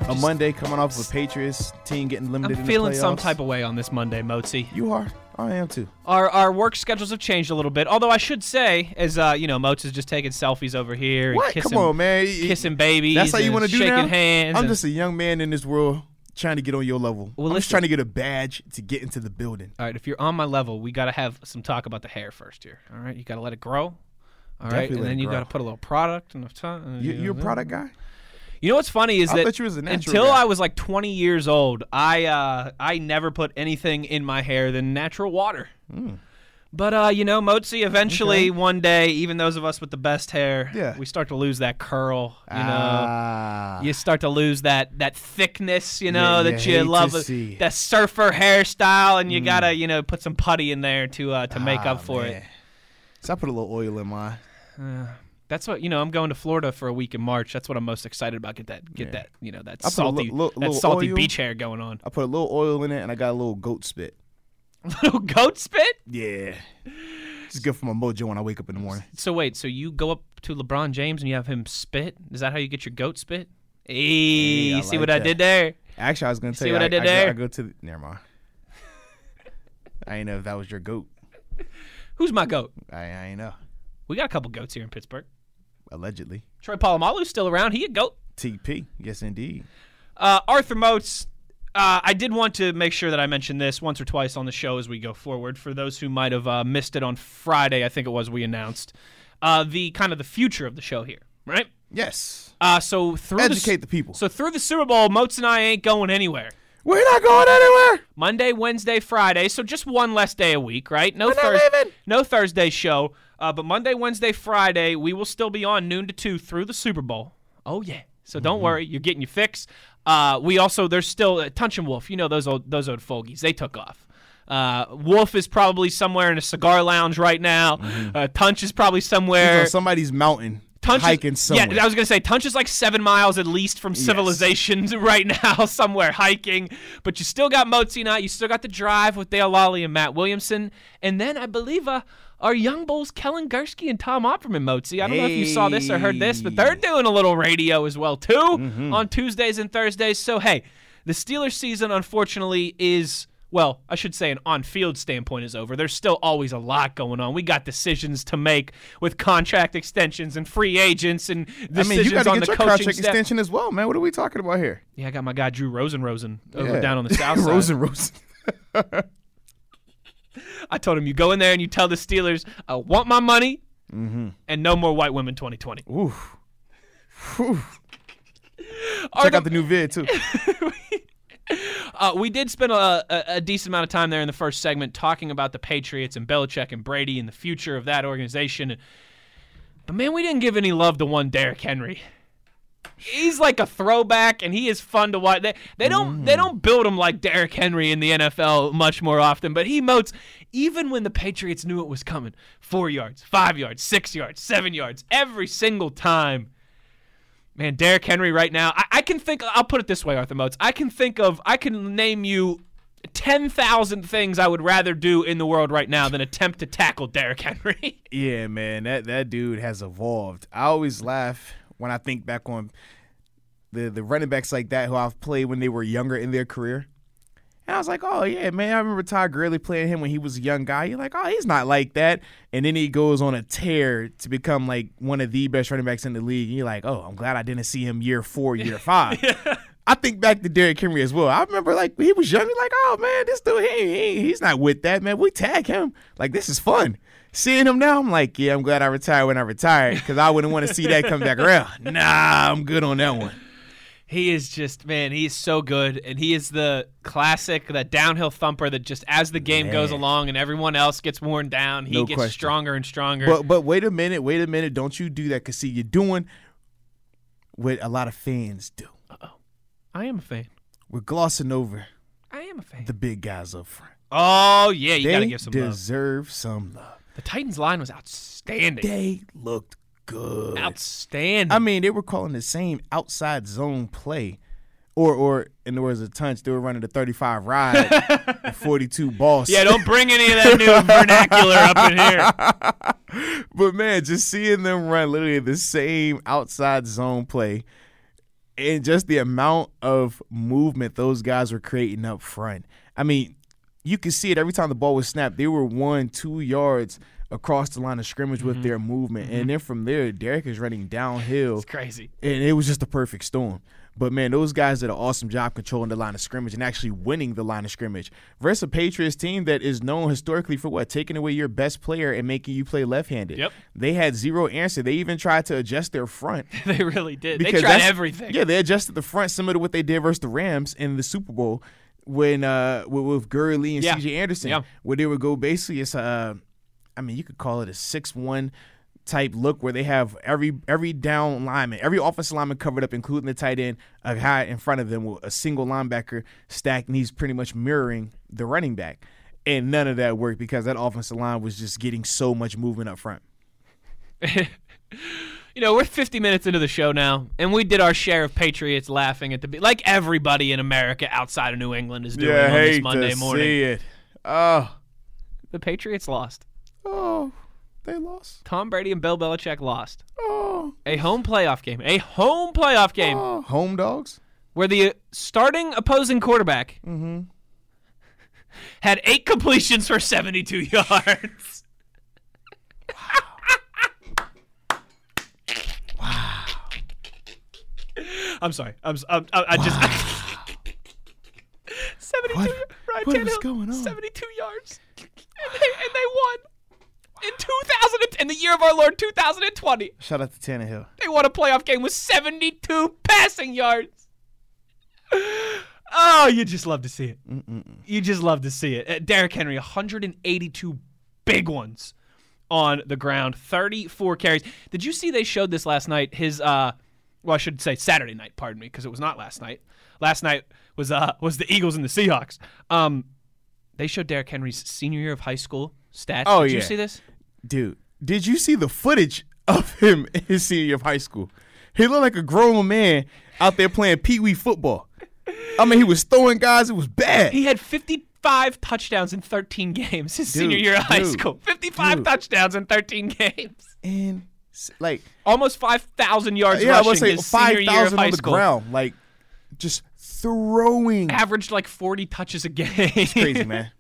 I'm
a Monday coming off of a Patriots team getting limited.
I'm
in
feeling
the
some
playoffs.
type of way on this Monday, Mozi.
You are. I am too.
Our our work schedules have changed a little bit. Although I should say, as uh, you know, Moats is just taking selfies over here and
What?
kissing,
Come on, man. You-
kissing babies.
That's how you
want to
do
shaking
now?
hands.
I'm
and-
just a young man in this world trying to get on your level.
Well,
I'm just
listen.
trying to get a badge to get into the building.
all right. If you're on my level, we got to have some talk about the hair first here. All right, you got to let it grow. All right,
Definitely
and
let
then
it
you
grow.
got to put a little product and a uh, ton.
You, you a product guy?
You know what's funny is
I
that
thought you was a natural
until
guy.
I was like 20 years old, I uh, I never put anything in my hair than natural water.
Hmm.
But uh, you know, Mozi, eventually one day, even those of us with the best hair,
Yeah.
we start to lose that curl. You know,
Ah.
you start to lose that that thickness. You know
you
that
hate to
you love
see. Mm.
that surfer hairstyle, and you gotta you know put some putty in there to uh, to make
Ah,
up for it.
So I put a little oil in mine.
That's what you know. I'm going to Florida for a week in March. That's what I'm most excited about. Get that, get that, you know, that
I put a
salty,
li- li-
that
little
salty
oil.
beach hair going on.
I put a little oil in it, and I got a little goat spit.
Little goat spit.
Yeah. It's good for my mojo when I wake up in the morning.
So wait, so you go up to LeBron James and you have him spit? Is that how you get your goat spit? Hey,
I
see
like
what I
that.
did there?
Actually, I was gonna tell
see
you
what I did there?
Go, I go to the, never mind. I ain't know if that was your goat.
Who's my goat?
I, I ain't know.
We got a couple goats here in Pittsburgh.
Allegedly,
Troy Polamalu's still around. He a goat.
TP. Yes, indeed.
Uh, Arthur Motes, uh, I did want to make sure that I mentioned this once or twice on the show as we go forward. For those who might have uh, missed it on Friday, I think it was we announced uh, the kind of the future of the show here, right?
Yes.
Uh, so through
Educate the people.
So through the Super Bowl, Motes and I ain't going anywhere.
We're not going anywhere.
Monday, Wednesday, Friday. So just one less day a week, right? No Thurs-
leaving.
No Thursday show. Uh, but Monday, Wednesday, Friday, we will still be on noon to two through the Super Bowl. Oh yeah. So don't worry, you're getting your fix. Uh, we also there's still uh, Tunch and Wolf. You know those old those old fogies. They took off. Uh, Wolf is probably somewhere in a cigar lounge right now. Uh, Tunch is probably somewhere.
on somebody's mountain
Tunch
hiking
is,
somewhere.
Yeah, I was gonna say Tunch is like seven miles at least from civilization right now, somewhere hiking. But you still got Mozi night. You still got the drive with Dale Lally and Matt Williamson, and then I believe uh, our young bulls Kellen Gursky and Tom Opperman Mozi. I don't know if you saw this or heard this, but they're doing a little radio as well too
Mm-hmm.
on Tuesdays and Thursdays. So hey, the Steelers season unfortunately is. Well, I should say an on-field standpoint is over. There's still always a lot going on. We got decisions to make with contract extensions and free agents and
I mean, you
decisions
got to
on
get
the
your
coaching
contract
staff.
extension as well, man. What are we talking about here?
Yeah, I got my guy Drew Rosen Rosen over
Yeah.
down on the south side.
Rosen, Rosen.
I told him you go in there and you tell the Steelers, I want my money
Mm-hmm.
and no more white women 2020.
Oof.
Arthur,
Check out the new vid too.
uh, we did spend a, a, a decent amount of time there in the first segment talking about the Patriots and Belichick and Brady and the future of that organization. But man, we didn't give any love to one Derrick Henry. He's like a throwback, and he is fun to watch. They, they don't they don't build him like Derrick Henry in the NFL much more often, but he motes even when the Patriots knew it was coming. Four yards, five yards, six yards, seven yards, every single time. Man, Derrick Henry right now. I, I can think. I'll put it this way, Arthur Motes. I can think of. I can name you ten thousand things I would rather do in the world right now than attempt to tackle Derrick Henry.
Yeah, man, that that dude has evolved. I always laugh when I think back on the the running backs like that who I've played when they were younger in their career. And I was like, oh yeah, man, I remember Todd Gurley playing him when he was a young guy. You're like, oh, he's not like that. And then he goes on a tear to become like one of the best running backs in the league. And you're like, oh, I'm glad I didn't see him year four, year five. I think back to Derrick Henry as well. I remember like when he was young, you're like, oh man, this dude, he, he he's not with that, man. We tag him. Like this is fun. Seeing him now, I'm like, yeah, I'm glad I retired when I retired because I wouldn't want to see that come back around. Nah, I'm good on that one.
He is just man. He is so good, and he is the classic that downhill thumper that just as the game goes along and everyone else gets worn down, he
No
gets
question.
stronger and stronger.
But but wait a minute, wait a minute. Don't you do that because see, you're doing what a lot of fans do.
I am a fan.
We're glossing over
I am a fan.
the big guys up front.
oh yeah, you gotta
They
give some love.
deserve some love.
The Titans line was outstanding.
They looked good.
Outstanding.
I mean, they were calling the same outside zone play, or or in the words of Tunch, they were running the 35 ride, the 42 boss.
yeah, don't bring any of that new vernacular up in here.
but man, just seeing them run literally the same outside zone play. and just the amount of movement those guys were creating up front. I mean, you could see it every time the ball was snapped. They were one, two yards across the line of scrimmage with their movement, and then from there, Derek is running downhill,
Crazy.
and it was just the perfect storm. But man, those guys did an awesome job controlling the line of scrimmage and actually winning the line of scrimmage versus a Patriots team that is known historically for what taking away your best player and making you play left-handed.
Yep.
They had zero answer. They even tried to adjust their front
They really did. They
because
tried
that's-
everything.
Yeah, they adjusted the front similar to what they did versus the Rams in the Super Bowl when uh with, with Gurley and
Yeah.
CJ Anderson,
Yeah.
where they would go basically it's uh I mean you could call it a six one type look where they have every every down lineman, every offensive lineman covered up, including the tight end, a guy in front of them with a single linebacker stacked, and he's pretty much mirroring the running back. And none of that worked because that offensive line was just getting so much movement up front.
You know, we're 50 minutes into the show now, and we did our share of Patriots laughing at the be- like everybody in America outside of New England is doing on this Monday morning.
it. Oh,
The Patriots lost.
oh, they lost.
Tom Brady and Bill Belichick lost
Oh,
a home playoff game. A home playoff game
home dogs.
where the uh, starting opposing quarterback
Mm-hmm.
had eight completions for 72 yards. Wow. I'm sorry. I'm, s- I'm, I I just. 72
What-
yards. Ryan
what is
Tannehill,
going on?
72 yards. And they, and they won. In 2000, and- in the year of our Lord 2020,
Shout out to Tannehill.
they won a playoff game with 72 passing yards. Oh, you just love to see it. You just love to see it. Uh, Derrick Henry, 182 big ones on the ground, 34 carries. Did you see they showed this last night? His, uh, well, I should say Saturday night. Pardon me, because it was not last night. Last night was uh was the Eagles and the Seahawks. Um, they showed Derrick Henry's senior year of high school stats.
Oh,
Did you
yeah.
see this?
Dude, did you see the footage of him in his senior year of high school? He looked like a grown man out there playing pee wee football. I mean, he was throwing guys. It was bad.
He had 55 touchdowns in 13 games his senior year of high
dude,
school. 55
dude.
touchdowns in 13 games.
and s- like,
Almost 5,000 yards
yeah, I
rushing
was say
his senior
five
year of
thousand
high
on the
school.
ground, like just throwing.
Averaged like 40 touches a game.
Crazy man.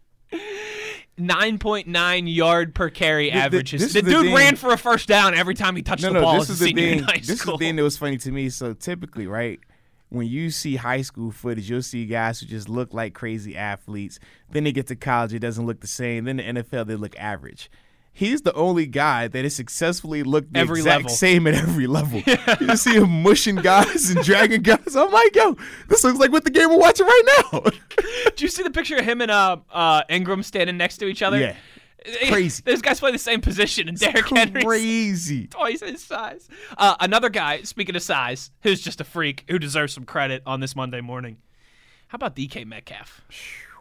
9.9 yard per carry average.
this
His-
is
The,
the
dude
thing-
ran for a first down every time he touched
No,
the
no,
ball
this is
his
the
senior year
thing.
in high
This is the
school.
thing that was funny to me. So typically, right, when you see high school footage, you'll see guys who just look like crazy athletes. Then they get to college, it doesn't look the same. Then the NFL, they look average. He's the only guy that has successfully looked the
Every
exact
level.
same at every level. You see him mushing guys and dragging guys. I'm like, yo, this looks like what the game we're watching right now.
Did you see the picture of him and uh, uh, Ingram standing next to each other?
Yeah.
Crazy.
crazy.
Those guys play the same position, and Derrick Henry's
crazy.
twice his size. Uh, another guy, speaking of size, who's just a freak who deserves some credit on this Monday morning. How about DK Metcalf?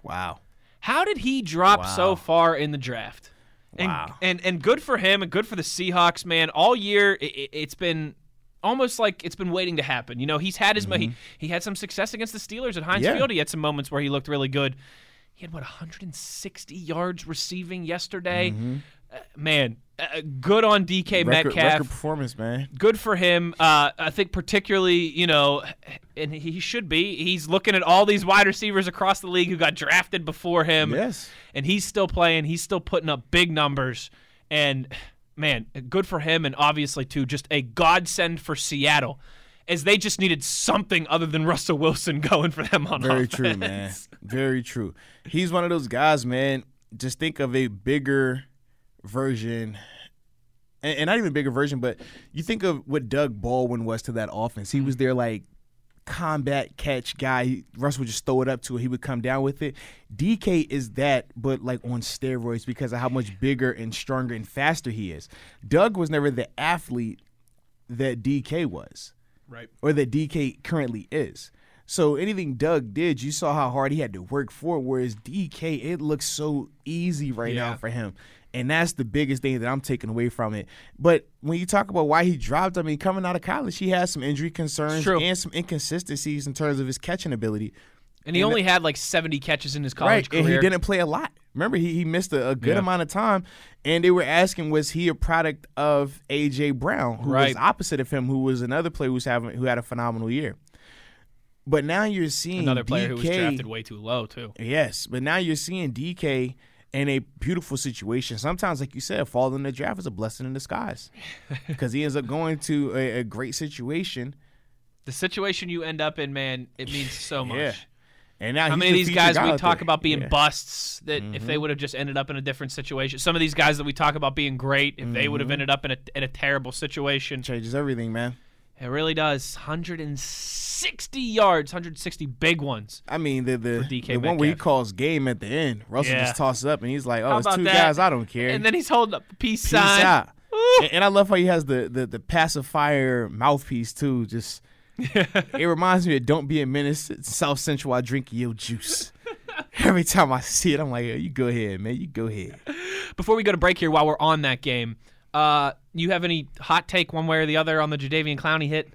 Wow.
How did he drop so far in the draft? And,
Wow.
and and good for him and good for the Seahawks, man. All year i- i it's been almost like it's been waiting to happen. You know, he's had his mo- he, he had some success against the Steelers at Heinz
Mm-hmm. Yeah.
Field. He had some moments where he looked really good. He had what 160 yards receiving yesterday. Uh, man, uh, good on DK
Mm-hmm. Record,
Metcalf
record performance, man.
good for him. Uh, I think particularly, you know, and he should be. He's looking at all these wide receivers across the league who got drafted before him.
Yes.
And he's still playing. He's still putting up big numbers. And man, good for him. And obviously, too, just a godsend for Seattle, as they just needed something other than Russell Wilson going for them on
Very
offense.
true, man. Very true. He's one of those guys, man. Just think of a bigger version, and, and not even bigger version, but you think of what Doug Baldwin was to that offense. He was their like combat catch guy. He, Russ would just throw it up to it. He would come down with it. DK is that, but like on steroids because of how much bigger and stronger and faster he is. Doug was never the athlete that DK was
Right.
or that DK currently is. So anything Doug did, you saw how hard he had to work for. it, Whereas DK, it looks so easy right
Yeah.
now for him. And that's the biggest thing that I'm taking away from it. But when you talk about why he dropped, I mean, coming out of college, he had some injury concerns
true.
and some inconsistencies in terms of his catching ability.
And he only had like 70 catches in his college
Right,
career.
and he didn't play a lot. Remember, he, he missed a, a good
Yeah.
amount of time, and they were asking, was he a product of AJ Brown, who
Right.
was opposite of him, who was another player who's having who had a phenomenal year. But now you're seeing
Another
DK,
player who was drafted way too low too.
Yes, but now you're seeing DK in a beautiful situation. Sometimes, like you said, falling in the draft is a blessing in disguise because he ends up going to a, a great situation.
The situation you end up in, man, it means so much.
Yeah. And now
How
he's
many of
the
these
featured
guys
guy
we
out
talk
there.
about being
Yeah.
busts that if they would have just ended up in a different situation? Some of these guys that we talk about being great, if they would have ended up in a, in a terrible situation,
changes everything, man.
it really does. 160 yards, 160 big ones.
I mean, the the,
DK
the one where he
Metcalf.
calls game at the end, Russell
Yeah.
just tosses up and he's like, "Oh,
How
it's
about
two
that?
guys. I don't care."
And then he's holding up a peace,
Peace
sign.
out.
Woo!
And, and I love how he has the the, the pacifier mouthpiece too. Just it reminds me of "Don't Be a Menace." South Central, I drink your juice. Every time I see it, I'm like, "Yo, "You go ahead, man. You go ahead."
Before we go to break here, while we're on that game, uh, you have any hot take one way or the other on the Jadavian Clowney hit?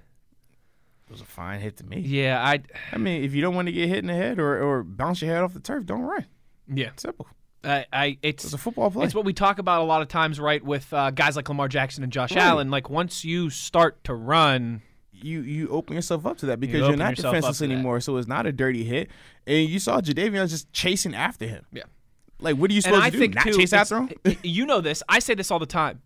It was a fine hit to me.
Yeah, I.
I mean, if you don't want to get hit in the head or or bounce your head off the turf, don't run.
Yeah,
Simple.
I. I it's
It's a football play.
It's what we talk about a lot of times, right? With uh, guys like Lamar Jackson and Josh Allen. Like once you start to run,
you you open yourself up to that because
You
you are
open
not
yourself up
defenseless
to that.
anymore. So it's not a dirty hit. And you saw Jadavion just chasing after him.
Yeah.
Like what are you
and
supposed
I
to do?
think
not
too,
chase
it's-
after him?
you know this. I say this all the time.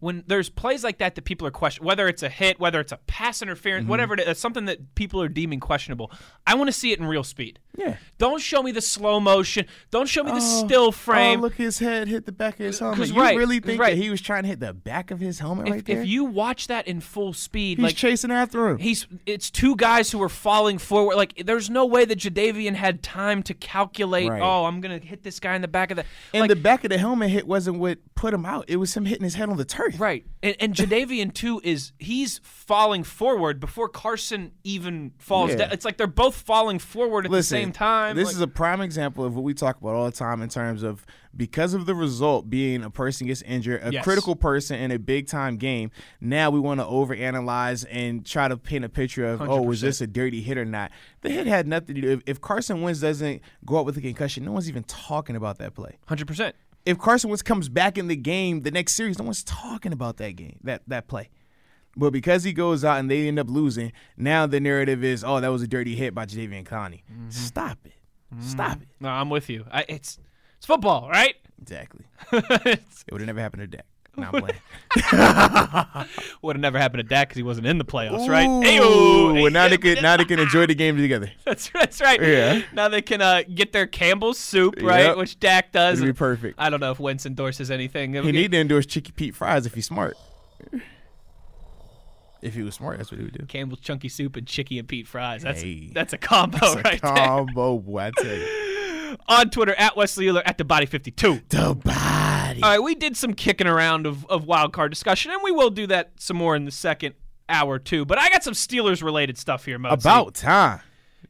When there's plays like that that people are questioning, whether it's a hit, whether it's a pass interference,
Mm-hmm.
whatever it is, it's something that people are deeming questionable. I want to see it in real speed.
Yeah.
Don't show me the slow motion. Don't show me the still frame. Uh,
Oh, look, his head hit the back of his helmet.
'Cause
You
right,
really
'cause
think
right.
that he was trying to hit the back of his helmet
if,
right there?
if you watch that in full speed,
He's
like
chasing after him.
he's it's two guys who are falling forward. Like there's no way that Jadavian had time to calculate.
Right.
Oh, I'm gonna hit this guy in the back of the.
and
like,
the back of the helmet hit wasn't what put him out. It was him hitting his head on the turf.
right, and, and Jadavian too is he's falling forward before Carson even falls
Yeah.
down. It's like they're both falling forward at
Listen,
the same time.
This
like,
is a prime example of what we talk about all the time in terms of because of the result being a person gets injured, a
Yes.
critical person in a big time game. Now we want to overanalyze and try to paint a picture of oh, was this a dirty hit or not? The hit had nothing to do. If, if Carson Wentz doesn't go out with a concussion, no one's even talking about that play.
hundred percent.
If Carson Wentz comes back in the game the next series, no one's talking about that game that that play. But because he goes out and they end up losing, now the narrative is, oh, that was a dirty hit by Jadavian Clowney.
Mm-hmm.
Stop it. Stop it.
No, I'm with you. I, it's it's football, right?
Exactly.
it
It would have never happened to Dak. Not playing.
would have never happened to Dak because he wasn't in the playoffs,
Ooh,
right? Ayo!
Well, now they can now they can enjoy the game together.
That's that's right.
Yeah.
Now they can uh, get their Campbell's soup, right?
Yep.
Which Dak does.
It'd be perfect.
I don't know if Wentz endorses anything.
He need to endorse Chicky Pete fries if he's smart. If he was smart, that's what he would do.
Campbell's chunky soup and Chicky and Pete fries. That's
Hey.
that's a combo
It's a
right there.
combo, boy. I tell you.
On Twitter at Wesley Euler at the Body Fifty Two.
The body.
All right, we did some kicking around of, of wild card discussion, and we will do that some more in the second hour too. But I got some Steelers related stuff here, Mo.
About time.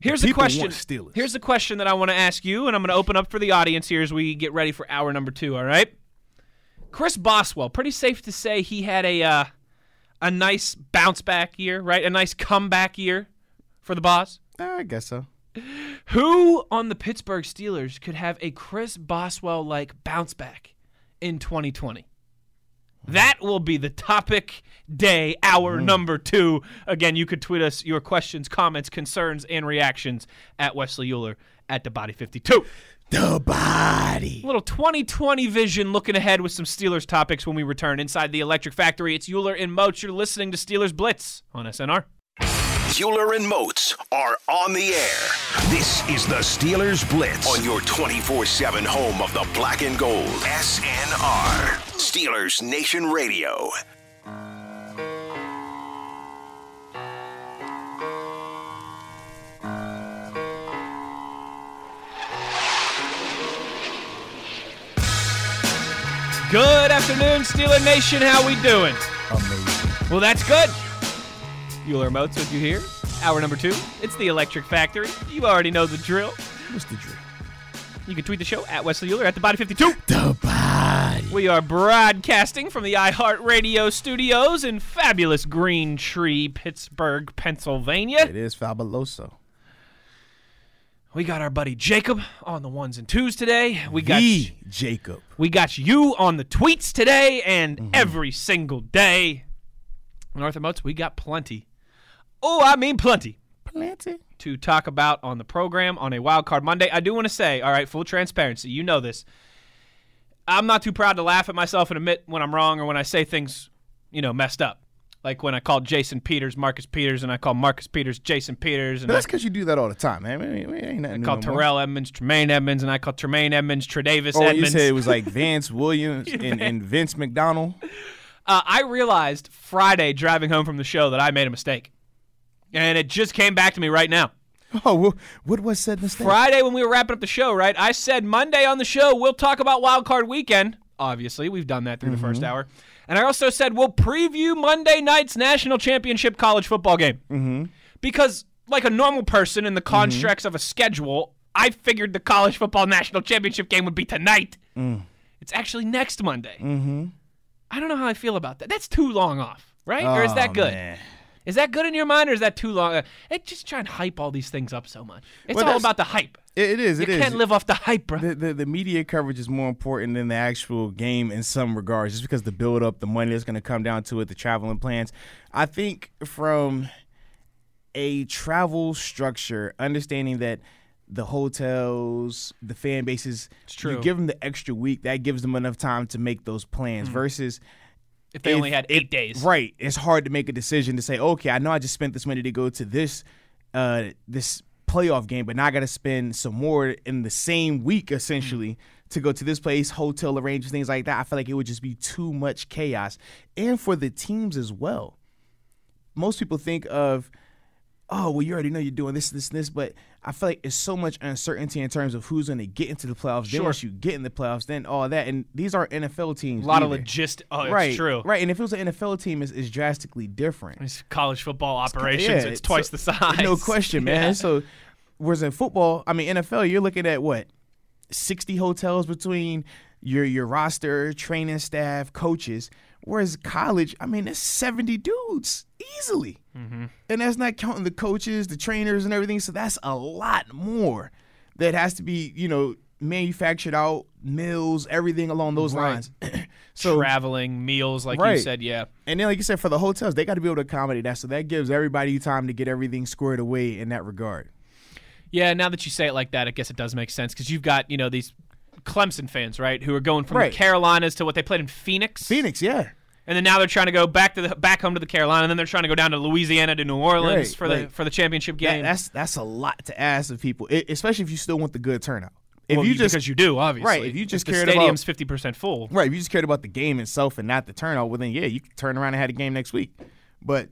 Here's
The
a
people
question.
want Steelers.
Here's a question that I want to ask you, and I'm going to open up for the audience here as we get ready for hour number two. All right. Chris Boswell, pretty safe to say he had a uh, a nice bounce back year, right? A nice comeback year for the boss.
I guess so.
Who on the Pittsburgh Steelers could have a Chris Boswell like bounce back in 2020? That will be the topic day, hour number two. Again, you could tweet us your questions, comments, concerns, and reactions at Wesley Euler at the Body 52.
The body.
A little 2020 vision looking ahead with some Steelers topics when we return inside the Electric Factory. It's Euler and Moats. You're listening to Steelers Blitz on SNR.
Euler and Moats are on the air. This is the Steelers Blitz on your 24 7 home of the black and gold. SNR, Steelers Nation Radio.
Good afternoon, Steeler Nation. How we doing?
Amazing.
Well, that's good. Euler Motes with you here. Hour number two. It's the Electric Factory. You already know the drill.
What's the drill?
You can tweet the show at Wesley Euler at the Body 52.
The body.
We are broadcasting from the iHeartRadio studios in fabulous Green Tree, Pittsburgh, Pennsylvania.
It is fabuloso.
We got our buddy Jacob on the ones and twos today. We got
The Jacob.
we got you on the tweets today and every single day. And Arthur Motes, we got plenty. Oh, I mean plenty
Plenty.
to talk about on the program on a wild card Monday. I do want to say, all right, full transparency, you know this. I'm not too proud to laugh at myself and admit when I'm wrong or when I say things, you know, messed up. Like when I called Jason Peters Marcus Peters, and I called Marcus Peters Jason Peters, and
But
I
that's because you do that all the time, man. We, we ain't nothing new
called
no more.
Terrell Edmonds, Tremaine Edmonds, and I called Tremaine Edmonds, Tredavis
Oh, you
Edmonds.
said it was like Vance Williams and, and Vince McDonald.
uh, I realized Friday driving home from the show that I made a mistake, and it just came back to me right now.
Oh, wh- what was said mistake?
Friday when we were wrapping up the show, right? I said Monday on the show we'll talk about Wild Card Weekend. Obviously, we've done that through the
Mm-hmm.
first hour, and I also said we'll preview Monday night's national championship college football game mm-hmm. because, like a normal person in the constructs
Mm-hmm.
of a schedule, I figured the college football national championship game would be tonight.
Mm.
It's actually next Monday. Mm-hmm. I don't know how I feel about that. That's too long off, right? or is that
Oh,
good?
man.
Is that good in your mind, or is that too long? Uh, It just try and hype all these things up so much. It's
Well,
all
that's-
about the hype.
It, it is.
You
It is.
can't live off the hype, bro.
the, the the media coverage is more important than the actual game in some regards, just because the build up, the money that's going to come down to it, the traveling plans. I think from a travel structure, understanding that the hotels, the fan bases,
true.
you give them the extra week, that gives them enough time to make those plans. Versus
if they
if
only had eight days,
Right. It's hard to make a decision to say, okay, I know I just spent this money to go to this uh this playoff game, but now I gotta spend some more in the same week
Mm.
essentially to go to this place, hotel arrangements, things like that. I feel like it would just be too much chaos. And for the teams as well. Most people think of oh well you already know you're doing this this this but i feel like it's so much uncertainty in terms of who's going to get into the playoffs
Sure.
then once you get in the playoffs then all that and these are nfl teams
A lot of
either
logistic. Oh, it's
right,
true.
Right, and if it was an NFL team, it's, it's drastically different.
It's college football operations.
Yeah,
it's twice
so-
the size.
No question, man.
Yeah.
So, whereas in football, I mean NFL, you're looking at what sixty hotels between your your roster, training staff, coaches. Whereas college, I mean, that's seventy dudes easily,
Mm-hmm.
and that's not counting the coaches, the trainers, and everything. So that's a lot more that has to be, you know, manufactured out, meals, everything along those lines. so
Traveling, meals, like you
Right.
said, yeah.
and then, like you said, for the hotels, they got to be able to accommodate that. So that gives everybody time to get everything squared away in that regard.
Yeah, now that you say it like that, I guess it does make sense because you've got, you know, these Clemson fans, right, who are going from
Right.
the Carolinas to what they played in Phoenix.
Phoenix, yeah,
And then now they're trying to go back to the back home to the Carolina, and then they're trying to go down to Louisiana to New Orleans
Right,
for the
like-
for the championship
that,
game.
that's that's a lot to ask of people, it, especially if you still want the good turnout. If
Well,
you just
because you do, obviously.
Right, if you just
the
cared about-
stadium's fifty percent full.
right, if you just cared about the game itself and not the turnout, well then yeah, you can turn around and have a game next week. But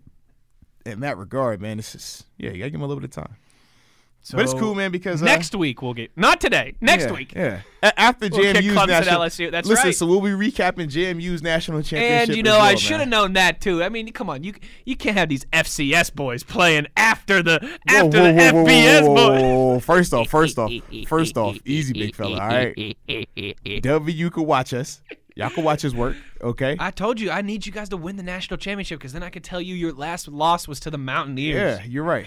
in that regard, man, this is yeah, you gotta give them a little bit of time. but it's
So-
cool, man, because uh,
Next week we'll get not today. Next
yeah,
week.
yeah. A- after
We'll kick
JMU's
Clemson at
national,
LSU, that's
listen,
right.
so we'll be recapping JMU's national championship.
And you
as
know,
well,
I
man.
should have known that too. I mean, come on, you you can't have these FCS boys playing after the after the FBS boys.
First off, first off, first off, easy, big fella. All right. W, you can watch us. Y'all can watch us work. Okay.
I told you I need you guys to win the national championship because then I could tell you your last loss was to the Mountaineers.
Yeah, you're right.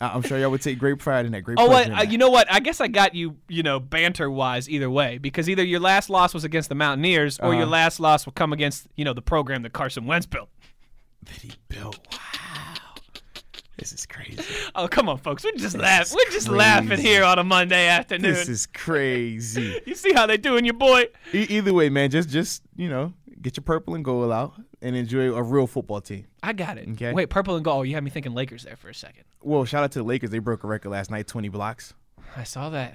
I- I'm sure y'all would take great pride in that. Great.
Oh,
pleasure
what?
in
Uh,
that.
you know what? I guess I got you. You know, banter wise, either way, because either your last loss was against the Mountaineers, or
Uh-huh.
your last loss will come against you know the program that Carson Wentz built.
Bitty Bill. Wow. This is crazy.
Oh, come on, folks. We're just laugh.
is
We're just laughing
crazy.
here on a Monday afternoon.
This is crazy.
you see how they doing, your boy?
E- either way, man, just just you know, get your purple and gold out and enjoy a real football team.
I got it.
Okay.
Wait, purple and gold. Oh, you had me thinking Lakers there for a second.
Well, shout out to the Lakers. They broke a record last night, 20 blocks.
I saw that.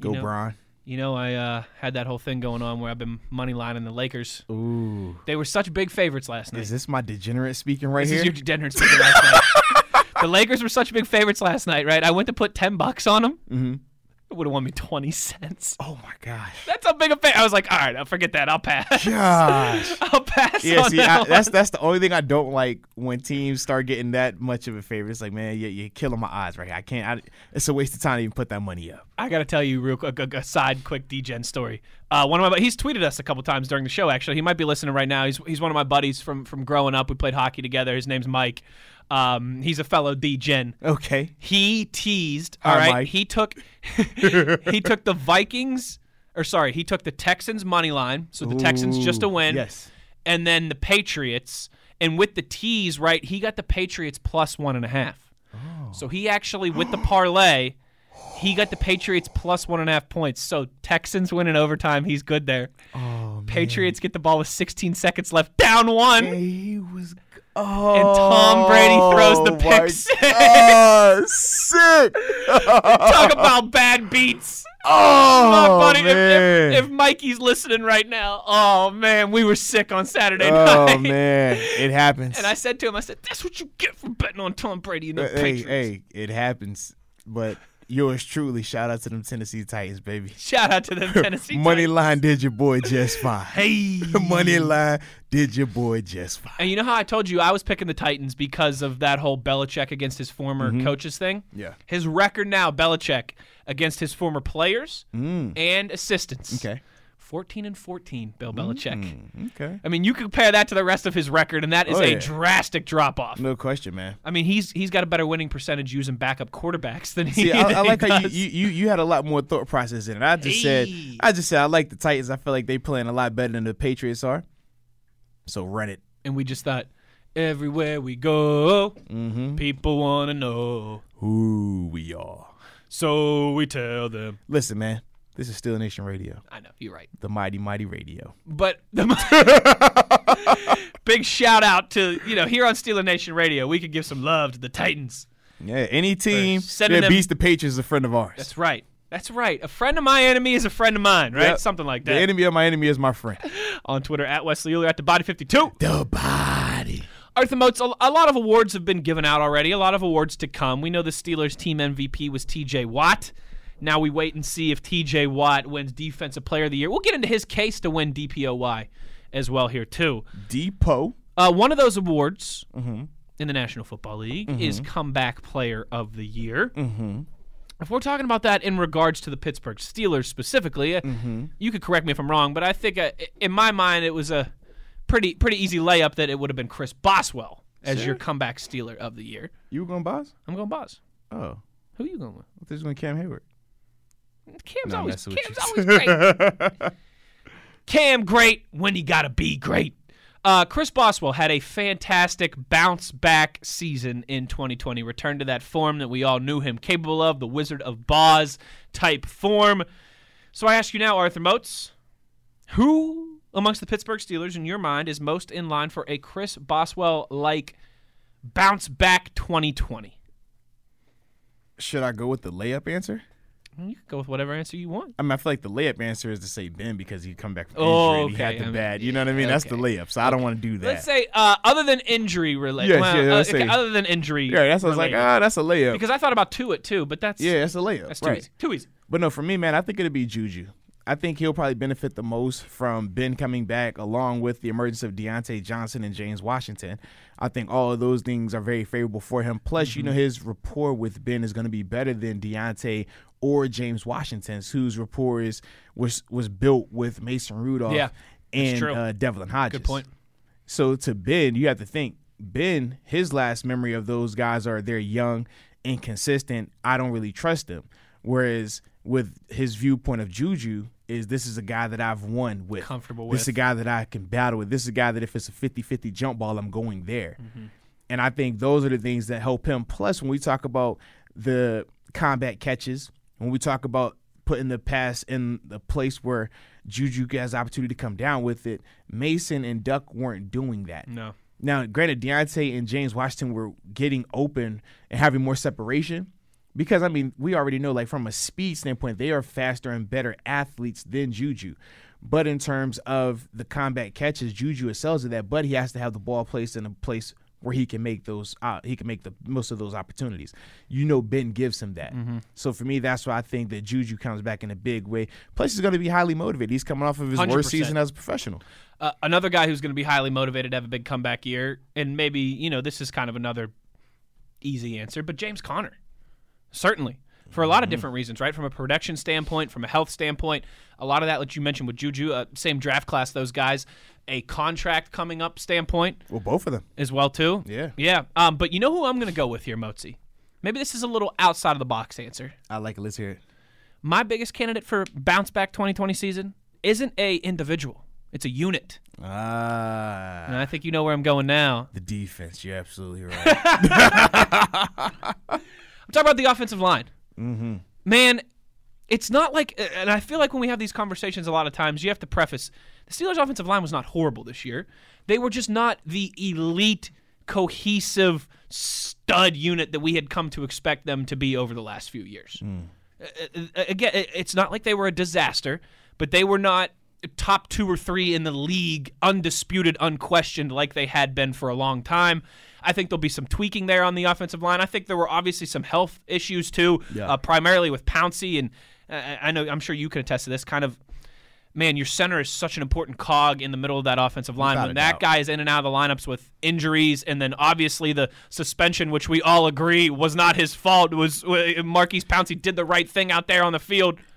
Go,
know-
Bron.
You know, I uh, had that whole thing going on where I've been money lining the Lakers.
Ooh.
They were such big favorites last night.
Is this my degenerate speaking right
This
here?
is your degenerate speaking last night. The Lakers were such big favorites last night, right? I went to put ten bucks on them. Mm-hmm. It would have won me twenty cents.
oh my gosh.
That's how big a fa I was like, all right, I'll forget that. I'll pass.
Gosh.
I'll pass.
Yeah,
on
see,
that
I,
one.
that's that's the only thing I don't like when teams start getting that much of a favor. It's like, man, you, you're killing my odds right here. I can't. I, it's a waste of time to even put that money up.
I gotta tell you real quick a, a side quick DGen story. Uh, one of my bu- he's tweeted us a couple times during the show. Actually, he might be listening right now. He's he's one of my buddies from from growing up. We played hockey together. His name's Mike. Um, he's a fellow DGen.
Okay.
He teased.
Hi,
all right,
Mike.
he took he took the Vikings or sorry, he took the Texans money line. So the Texans just a
Ooh,
win.
yes.
and then the Patriots. And with the tease, right, he got the Patriots plus one and a half.
Oh.
So he actually, with the parlay, he got the Patriots plus one and a half points. So Texans win in overtime. He's good there.
Oh,
Patriots get the ball with 16 seconds left, down one.
He was.
And Tom Brady throws the pick Oh, six.
Oh, sick.
Talk about bad beats.
Oh,
My buddy, if-
man.
If, if, Mikey's listening right now, oh man, we were sick on Saturday night.
oh man, it happens.
And I said to him, I said, "That's what you get for betting on Tom Brady and the
Uh, hey,
Patriots."
hey, it happens. But yours truly, shout out to them Tennessee Titans, baby.
Shout out to the Tennessee
Money
Titans.
line did your boy just fine. hey, money line did your boy just fine.
And you know how I told you I was picking the Titans because of that whole Belichick against his former coaches thing?
Mm-hmm. Yeah.
His record now, Belichick against his former players and assistants.
Mm. Okay, Mm.
14 and 14, Bill Belichick.
okay,
I mean, you compare that to the rest of his record, and that is
Oh,
a
yeah.
drastic drop off.
no question, man.
I mean, he's he's got a better winning percentage using backup quarterbacks than he.
See, I,
than
I
he
like how you,
does.
you, you you had a lot more thought process in it. I just
Hey.
said, I just said, I like the Titans. I feel like they playing a lot better than the Patriots are. So run it.
and we just thought, everywhere we go,
Mm-hmm.
people want to know,
Who we are?
so we tell them.
Listen, man, this is Still Nation Radio,
I know you're right,
the mighty mighty radio.
but the big shout out to you know here on Steeler Nation Radio, we could give some love to the Titans.
Yeah, any team
sending
that
them-
beats the Patriots is a friend of ours.
That's right. That's right. A friend of my enemy is a friend of mine, right?
Yep.
Something like
The
that.
enemy of my enemy is my friend.
on Twitter at Wesley Euler at the Body 52.
The body.
Arthur Motes, a a lot of awards have been given out already. A lot of awards to come. We know the Steelers team MVP was TJ Watt. Now we wait and see if TJ Watt wins Defensive Player of the Year. We'll get into his case to win DPOY as well here, too.
Depot.
Uh, one of those awards in the National Football League is Comeback Player of the Year. Mm-hmm. If we're talking about that in regards to the Pittsburgh Steelers specifically, uh, you could correct me if I'm wrong, but I think uh, i- in my mind it was a pretty pretty easy layup that it would have been Chris Boswell as your Comeback Steeler of the Year.
You were going boss?
I'm going Bos.
Oh.
Who you going with?
This is going Cam Hayward.
Cam's
No, I'm
always
messing with
Cam's always great. Cam great when he gotta be great. Uh, Chris Boswell had a fantastic bounce back season in 2020. Returned to that form that we all knew him capable of, the Wizard of Boz type form. So I ask you now, Arthur Motes, who amongst the Pittsburgh Steelers in your mind is most in line for a Chris Boswell like bounce back 2020?
Should I go with the layup answer?
You can go with whatever answer you want.
I mean, I feel like the layup answer is to say Ben because he'd come back from injury
Oh,
and he had
okay.
the
I mean,
bad. You know what I mean? That's the
okay.
layup. So I don't want to do that.
Let's say uh, other than injury related.
Yes,
well,
yeah,
uh,
let's
okay,
say-
other than injury.
yeah, that's what I was like,
related.
ah, that's a layup.
because I thought about Tuit too, but that's
yeah, that's a layup.
that's too
right.
easy. Too easy.
But no, for me, man, I think it'll be Juju. I think he'll probably benefit the most from Ben coming back, along with the emergence of Deontay Johnson and James Washington. I think all of those things are very favorable for him. Plus, you know,
Mm-hmm.
his rapport with Ben is going to be better than Deontay or James Washington's, whose rapport is was was built with Mason Rudolph
Yeah, that's
and
true.
uh, Devlin Hodges.
Good point.
So to Ben, you have to think Ben, his last memory of those guys are they're young, inconsistent. I don't really trust them. Whereas with his viewpoint of Juju is this is a guy that I've won with.
Comfortable
This
with.
is a guy that I can battle with. This is a guy that if it's a 50-50 jump ball, I'm going there. And I think those are the things that help him. Plus, when we talk about the combat catches, when we talk about putting the pass in the place where Juju has the opportunity to come down with it, Mason and Duck weren't doing that.
No.
Now, granted, Deontay and James Washington were getting open and having more separation because, I mean, we already know, like, from a speed standpoint, they are faster and better athletes than Juju. But in terms of the combat catches, Juju excels at that, but he has to have the ball placed in a place where he can make those uh, he can make the most of those opportunities. You know Ben gives him that. So for me that's why I think that Juju comes back in a big way. Plus he's going to be highly motivated. He's coming off of his worst
100%.
season as a professional.
Uh, another guy who's going to be highly motivated to have a big comeback year, and maybe you know this is kind of another easy answer, but James Conner, certainly for a lot
Mm-hmm.
of different reasons, right? From a production standpoint, from a health standpoint, a lot of that that you mentioned with Juju, uh, same draft class, those guys, a contract coming up standpoint.
Well, both of them.
as well too.
Yeah.
Yeah. Um, but you know who I'm gonna go with here, Mozi? Maybe this is a little outside of the box answer.
I like it. Let's hear it.
My biggest candidate for bounce back 2020 season isn't a individual. It's a unit.
Ah,
And I think you know where I'm going now.
the defense. You're absolutely right.
I'm talking about the offensive line. Mm-hmm. Man, it's not like, and I feel like when we have these conversations a lot of times, you have to preface the Steelers' offensive line was not horrible this year. They were just not the elite, cohesive stud unit that we had come to expect them to be over the last few years. Uh, uh, Again, it- it's not like they were a disaster, but they were not top two or three in the league, undisputed, unquestioned, like they had been for a long time. I think there'll be some tweaking there on the offensive line. I think there were obviously some health issues too, uh, primarily with Pouncey, and uh, I know I'm sure you can attest to this. Kind of, man, your center is such an important cog in the middle of that offensive line.
Without
when
a
that
doubt.
guy is in and out of the lineups with injuries, and then obviously the suspension, which we all agree was not his fault, was uh, Marquise Pouncey did the right thing out there on the field.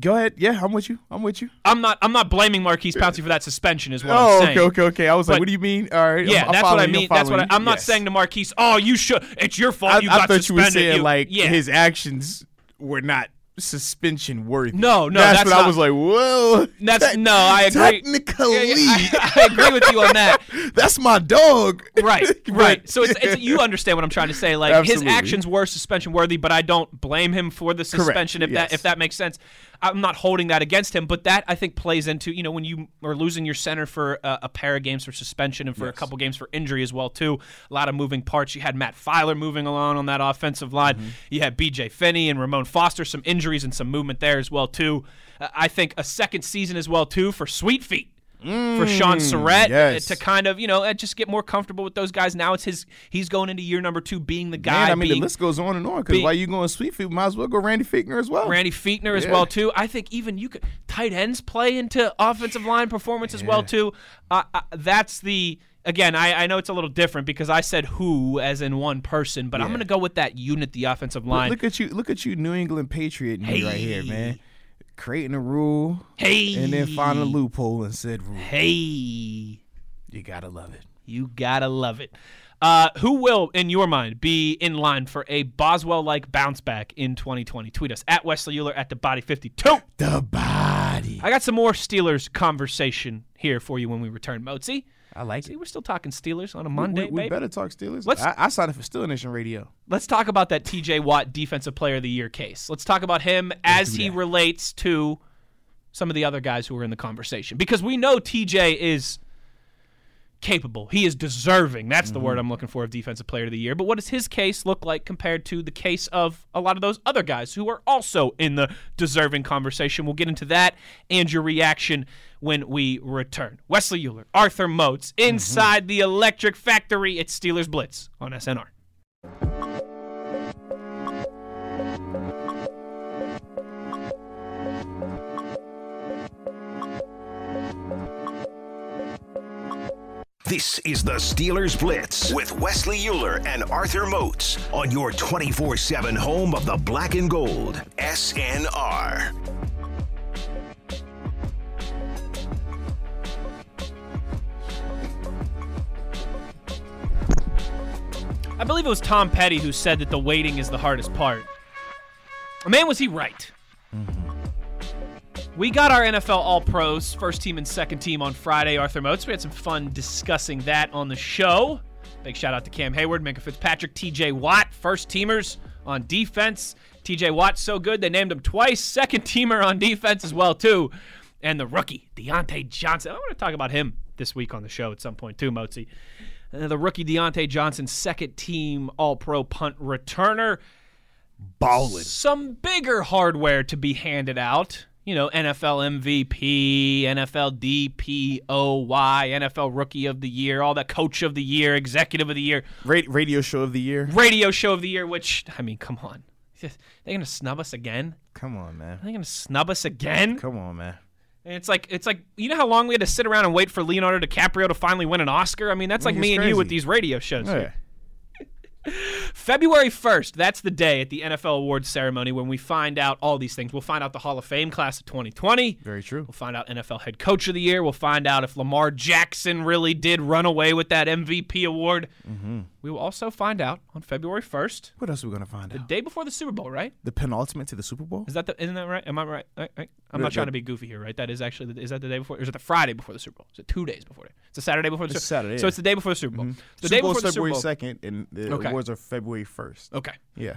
Go ahead. Yeah, I'm with you. I'm with you.
I'm not. I'm not blaming Marquise Pouncey for that suspension. Is what I'm
oh,
saying.
okay, okay, okay. I was
But-
like, what do you mean? All right.
Yeah,
I'm, I'm
that's what I
following you,
mean. That's what I,
following you.
I'm not
Yes.
saying to Marquise. Oh, you should. It's your fault.
I,
you
I
got
thought you
suspended.
were saying like
yeah.
his actions were not suspension worthy.
No, no,
that's,
that's
what I
not-
was like. Whoa,
That's
Te-
no. I agree.
Technically,
Yeah, yeah, I, I agree with you on that.
that's my dog.
Right,
But-
right. So it's, it's you understand what I'm trying to say. Like
Absolutely.
his actions were suspension worthy, but I don't blame him for the suspension if
yes.
that if that makes sense. I'm not holding that against him, but that I think plays into you know when you are losing your center for uh, a pair of games for suspension and for a couple games for injury as well too. A lot of moving parts. You had Matt Filer moving along on that offensive line.
Mm-hmm.
You had B.J. Finney and Ramon Foster. Some injuries and some movement there as well too. Uh, I think a second season as well too for Sweet Feet. For Sean Surrett
Mm, yes.
to kind of you know uh, just get more comfortable with those guys. Now it's his he's going into year number two being the guy.
Man, I mean,
being
the list goes on and on. Because
being-
why you going sweet feet? Might as well go Randy Fickner as well.
Randy Feetner as
Yeah.
well too. I think even you could tight ends play into offensive line performance as well too. Uh, uh, that's the again. I, I know it's a little different because I said who as in one person, but I'm going to go with that unit, the offensive line.
Look at you, look at you, New England Patriot me right here,
Hey.
man. Creating a rule
hey,
and then finding a loophole and said rule.
hey,
You gotta love it.
you gotta love it. Uh, who will, in your mind, be in line for a Boswell-like bounce back in 2020? Tweet us at Wesley Euler at the Body 52.
The body.
I got some more Steelers conversation here for you when we return, Mozi.
I like
See, we're still talking Steelers on a
We-
Monday,
we, we
baby.
better talk Steelers.
Let's-
I, I signed up for Steeler Nation Radio.
Let's talk about that TJ Watt Defensive Player of the Year case. Let's talk about him as he relates to some of the other guys who are in the conversation because we know TJ is capable. He is deserving. That's the word I'm looking for of Defensive Player of the Year. But what does his case look like compared to the case of a lot of those other guys who are also in the deserving conversation? We'll get into that and your reaction when we return. Wesley Euler, Arthur Motes, inside the Electric Factory. It's Steelers Blitz on SNR.
This
Is the Steelers Blitz with Wesley Euler and Arthur Moats on your 24 7 home of the black and gold, SNR.
I believe it was Tom Petty who said that the waiting is the hardest part. Man, was he right. We got our NFL All Pros, first team and second team on Friday, Arthur Motes. We had some fun discussing that on the show. Big shout out to Cam Hayward, Minka Fitzpatrick, TJ Watt, first teamers on defense. TJ Watt so good they named him twice, second teamer on defense as well too. And the rookie, Deontay Johnson. I want to talk about him this week on the show at some point too, Motzi. Uh, the rookie Deontay Johnson, second team All Pro punt returner.
Ballin'.
Some bigger hardware to be handed out. You know, NFL MVP, NFL DPOY, NFL Rookie of the Year, all that Coach of the Year, Executive of the Year,
Ra- radio show of the year.
Radio Show of the Year. Which I mean, come on, they're gonna snub us again.
Come on, man.
They're gonna snub us again.
Come on, man.
And it's like it's like you know how long we had to sit around and wait for Leonardo DiCaprio to finally win an Oscar. I mean, that's like
it's
me and you with
crazy.
these radio shows. here.
Yeah.
February 1st, that's the day at the NFL Awards ceremony when we find out all these things. We'll find out the Hall of Fame class of 2020.
Very true.
We'll find out NFL Head Coach of the
Mm-hmm.
Year. We'll find out if Lamar Jackson really did run away with that MVP award. We will also find out on February 1st,
What else are we gonna find
the
out?
day before the Super Bowl, right?
The penultimate to the Super Bowl?
Is that the, isn't that right? Am I right? right, right? I'm
Yeah,
not trying
that-
to be goofy here, right? That is actually the, is that the day before? Or is it the Friday before the Super Bowl? Is it two days before? It? It's a Saturday before the
It's
Super
Saturday,
Bowl.
yeah.
So
Mm-hmm.
it's the day before the Super Bowl. The
Super
day
Bowl's
before the
February
Super Bowl.
second, and the
Okay.
awards are February first.
Okay.
Yeah,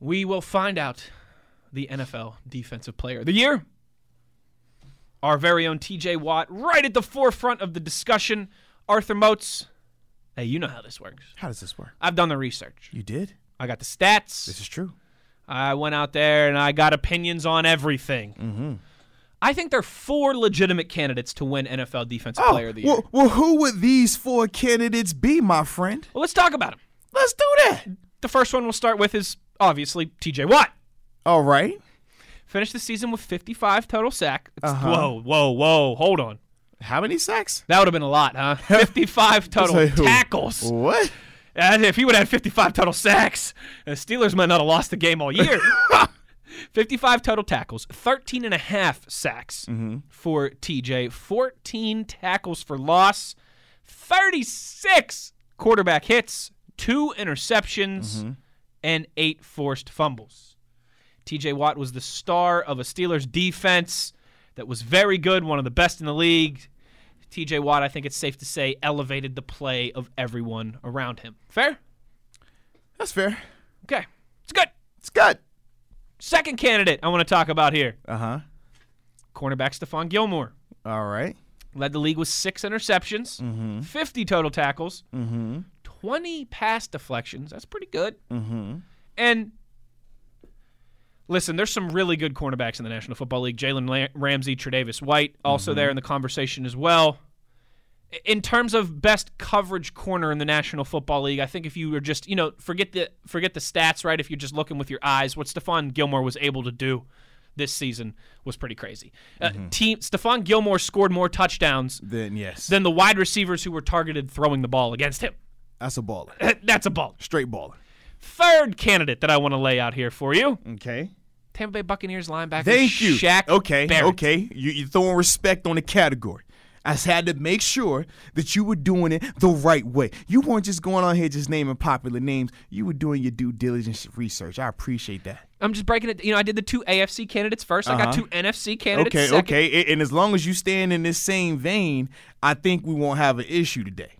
We will find out the NFL Defensive Player of the Year. Our very own TJ Watt, right at the forefront of the discussion. Arthur Motes, hey, you know how this works.
how does this work?
I've done the research.
You did?
I got the stats.
This is true.
I went out there and I got opinions on everything. Mm-hmm. I think there are four legitimate candidates to win NFL Defensive
Oh,
Player of the Year.
well, well, who would these four candidates be, my friend?
Well, let's talk about them.
Let's do that.
The first one we'll start with is obviously TJ Watt.
All right.
Finished the season with 55 total sack. It's- Whoa, whoa, whoa. Hold on.
How many sacks?
That would have been a lot, huh? 55 total
Say who?
tackles.
What?
And if he would have had 55 total sacks, the Steelers might not have lost the game all year. 55 total tackles, 13 and a half sacks
Mm-hmm.
for TJ, 14 tackles for loss, 36 quarterback hits, two interceptions,
Mm-hmm.
and eight forced fumbles. TJ Watt was the star of a Steelers defense that was very good, one of the best in the league. TJ Watt, I think it's safe to say, elevated the play of everyone around him. Fair?
That's fair.
Okay. It's good.
It's good.
Second candidate I want to talk about here
Uh huh.
cornerback Stephon Gilmore.
All right.
Led the league with six interceptions, 50 total tackles, 20 pass deflections. That's pretty good. And listen, there's some really good cornerbacks in the National Football League. Jalen Lam- Ramsey, Tre'Davious White, also there in the conversation as well. I- In terms of best coverage corner in the National Football League, I think if you were just you know forget the forget the stats, right? If you're just looking with your eyes, what Stephon Gilmore was able to do this season was pretty crazy.
Mm-hmm.
Uh, team Stephon Gilmore scored more touchdowns
Then yes,
than the wide receivers who were targeted throwing the ball against him.
that's a baller.
That's a ball.
Straight baller.
Third candidate that I want to lay out here for you.
Okay.
Tampa Bay Buccaneers linebacker
Thank you.
Shaq
okay,
Barrett.
okay. You, you're throwing respect on the category. I just had to make sure that you were doing it the right way. You weren't just going on here just naming popular names. You were doing your due diligence research. I appreciate that.
I'm just breaking it. You know, I did the two AFC candidates 1st I got two NFC candidates
Uh-huh. okay,
second.
okay. A- And as long as you stand in this same vein, I think we won't have an issue today.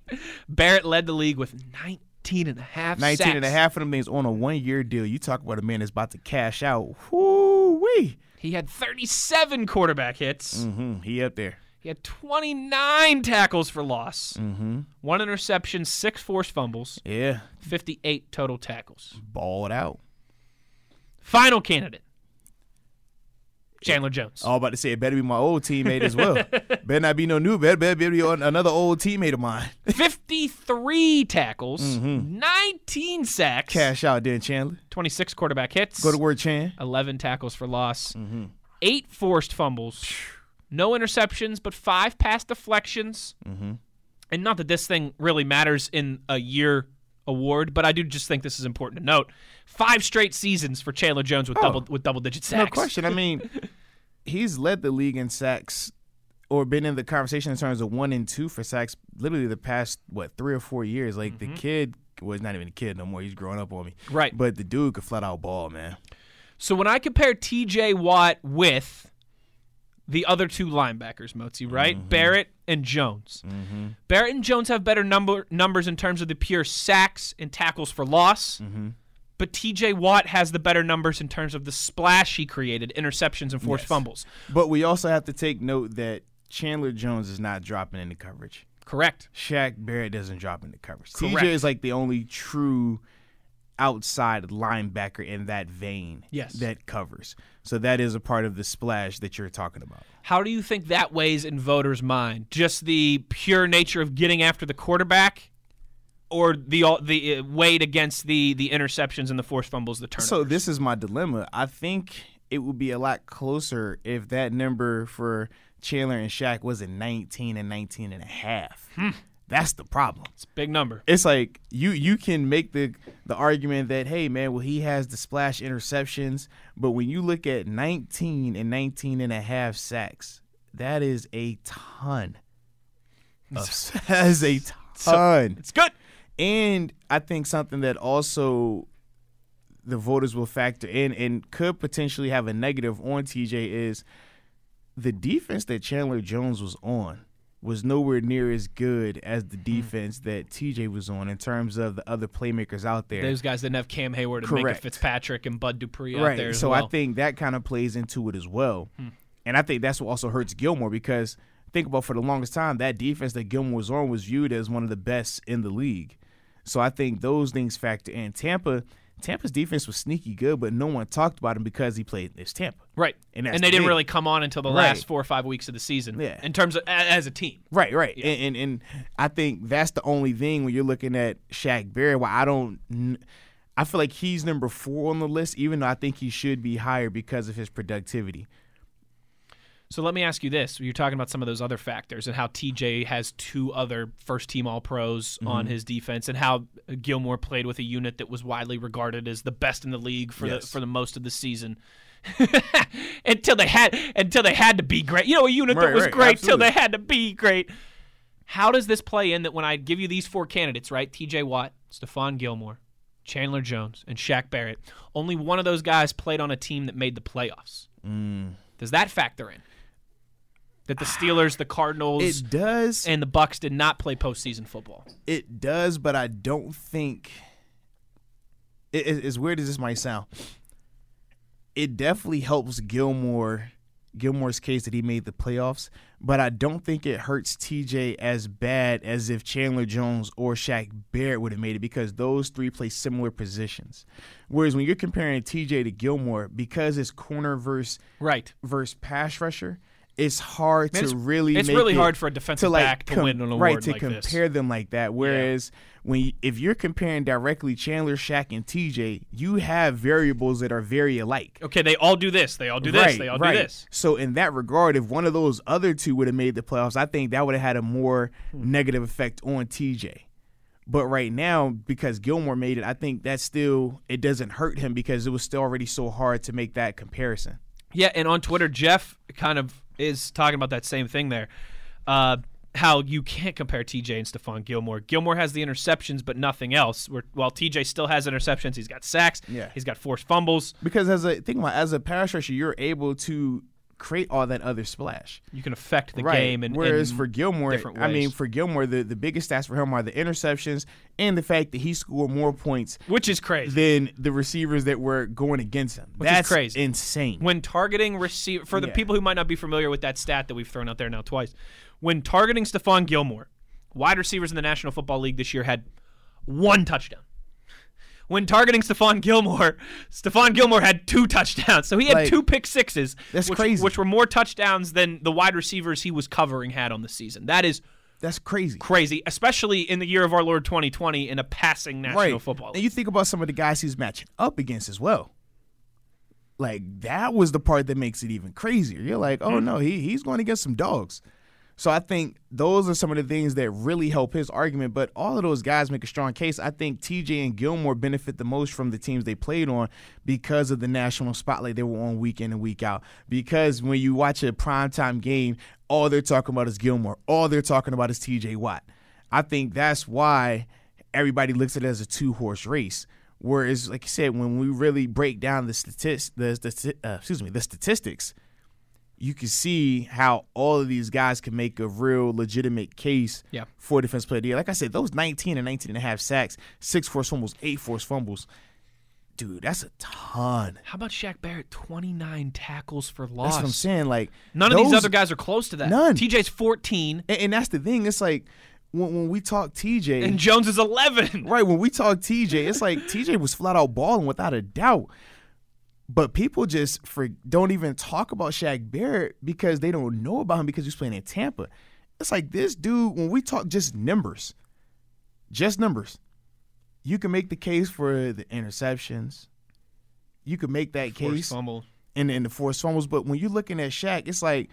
Barrett led the league with 19 and a half
19
sacks.
and a half of them things on a one year deal. You talk about a man that's about to cash out. Whoo wee.
He had 37 quarterback hits.
Mm, he up there.
He had 29 tackles for loss. Mm-hmm. One interception, six forced fumbles,
Yeah.
58 total tackles.
Balled out.
Final candidate. Chandler Jones.
I was about to say it better be my old teammate as well. better not be no new. Better better be on another old teammate of mine.
53 tackles, 19 sacks,
Mm-hmm. Cash out then, Chandler.
26 quarterback hits,
Go to work, Chan.
11 tackles for loss,
Mm-hmm.
8 forced fumbles, no interceptions, but 5 pass deflections.
Mm-hmm.
And not that this thing really matters in a year award, but I do just think this is important to note. 5 straight seasons for Chandler Jones with double with double digit
Oh. No
sacks.
question. I mean, he's led the league in sacks or been in the conversation in terms of one and two for sacks literally the past what three or four years. Like the kid was not even a kid no more. He's growing up on me.
Right.
But the dude could flat out ball, man.
So when I compare TJ Watt with the other two linebackers, Motzi, right? Barrett and Jones. Barrett and Jones have better number numbers in terms of the pure sacks and tackles for loss. But TJ Watt has the better numbers in terms of the splash he created, interceptions and forced fumbles.
But we also have to take note that Chandler Jones is not dropping into coverage.
Correct.
Shaq Barrett doesn't drop into coverage.
Correct.
TJ is like the only true outside linebacker in that vein
Yes.
that covers. So that is a part of the splash that you're talking about.
How do you think that weighs in voters' mind? Just the pure nature of getting after the quarterback or the all- the uh, weight against the the interceptions and the forced fumbles, the turnovers?
So this is my dilemma. I think it would be a lot closer if that number for Chandler and Shaq wasn't 19 and 19 and a half.
Hmm.
That's the problem.
it's a big number.
it's like you you can make the the argument that hey man well he has the splash interceptions but when you look at 19 and 19 and a half sacks that is a ton of, that is a ton
It's good.
And I think something that also the voters will factor in and could potentially have a negative on TJ is the defense that Chandler Jones was on was nowhere near as good as the defense that TJ was on in terms of the other playmakers out there.
Those guys didn't have Cam Hayward and Minka
Correct.
Fitzpatrick and Bud Dupree out
right.
there. as
so
well. Hmm.
I think that kind of plays into it as well. And I think that's what also hurts Gilmore because think about for the longest time that defense that Gilmore was on was viewed as one of the best in the league. So I think those things factor in. Tampa Tampa's defense was sneaky good, but no one talked about him because he played this Tampa.
right,
And
and,
that's
they
the
didn't
thing.
really come on until the
Right.
last four or five weeks of the season.
Yeah.
in terms of a- as a team.
Right, right. And, and and I think that's the only thing when you're looking at Shaq Barrett, why I don't kn- I feel like he's number 4 on the list even though I think he should be higher because of his productivity.
So let me ask you this: You're talking about some of those other factors and how TJ has two other first-team All-Pros on
Mm-hmm.
his defense, and how Gilmore played with a unit that was widely regarded as the best in the league for the
Yes.
for the most of the season. until they had until they had to be great, you know, a unit that
Right,
was
right,
great till they
absolutely.
had to be great. How does this play in that when I give you these four candidates, right? TJ Watt, Stephon Gilmore, Chandler Jones, and Shaq Barrett, only one of those guys played on a team that made the playoffs.
Mm.
Does that factor in? That the Steelers, the Cardinals,
It does
and the Bucks did not play postseason football.
It does, but I don't think. It, it- as weird as this might sound, it definitely helps Gilmore, Gilmore's case that he made the playoffs. But I don't think it hurts TJ as bad as if Chandler Jones or Shaq Barrett would have made it because those three play similar positions. Whereas when you're comparing TJ to Gilmore, because it's corner versus
Right.
versus pass rusher, it's hard
Man,
to
it's-
really.
it's
make
really
it-
hard for a defensive back to win an
right
award
to
like this.
compare them like that. Whereas when you, if you're comparing directly Chandler, Shaq, and TJ, you have variables that are very alike.
Okay, they all do this. They all do this.
right,
they all
right.
do this.
So in that regard, if one of those other two would have made the playoffs, I think that would have had a more
Hmm.
negative effect on TJ. But right now, because Gilmore made it, I think that still it doesn't hurt him because it was still already so hard to make that comparison.
Yeah, and on Twitter, Jeff kind of is talking about that same thing there. Uh, how you can't compare TJ and Stephon Gilmore. Gilmore has the interceptions, but nothing else. Where, while TJ still has interceptions, he's got sacks.
Yeah.
He's got forced fumbles.
Because as a think about it, as a pass rusher, you're able to create all that other splash.
You can affect the game. And,
whereas
and
for Gilmore,
different
I mean
ways.
for Gilmore, the, the biggest stats for him are the interceptions and the fact that he scored more points
which is crazy.
than the receivers that were going against him.
is
That's
crazy.
insane.
when targeting receiver for the
Yeah.
people who might not be familiar with that stat that we've thrown out there now twice when targeting Stephon Gilmore wide receivers in the National Football League this year had one touchdown when targeting Stephon Gilmore Stephon Gilmore had two touchdowns so he had
Like,
two pick sixes
that's
which,
crazy.
which were more touchdowns than the wide receivers he was covering had on the season that is
That's crazy.
crazy especially in the year of our Lord 2020 in a passing National
Right.
Football
And
League
you think about some of the guys he's matching up against as well. Like that was the part that makes it even crazier. You're like,
Hmm.
oh no, he he's going to get some dogs. So I think those are some of the things that really help his argument. But all of those guys make a strong case. I think TJ and Gilmore benefit the most from the teams they played on because of the national spotlight they were on week in and week out. Because when you watch a primetime game, all they're talking about is Gilmore. All they're talking about is TJ Watt. I think that's why everybody looks at it as a two horse race. Whereas, like you said, when we really break down the statistics, the, stati- uh, excuse me, the statistics, you can see how all of these guys can make a real legitimate case
Yeah.
for defense player of the year. Like I said, those 19 and 19 and a half sacks, six forced fumbles, eight forced fumbles. Dude, that's a ton.
how about Shaq Barrett 29 tackles for loss
That's what I'm saying. Like
None of these
those-
other guys are close to that.
None.
TJ's 14
And, and that's the thing. It's like when, when we talk TJ
and Jones is 11.
Right. When we talk TJ, it's like TJ was flat out balling without a doubt. But people just for don't even talk about Shaq Barrett because they don't know about him because he's playing in Tampa. It's like this dude, when we talk just numbers, just numbers, you can make the case for the interceptions. You can make that case
fumble.
in, in the forced fumbles. But when you're looking at Shaq, it's like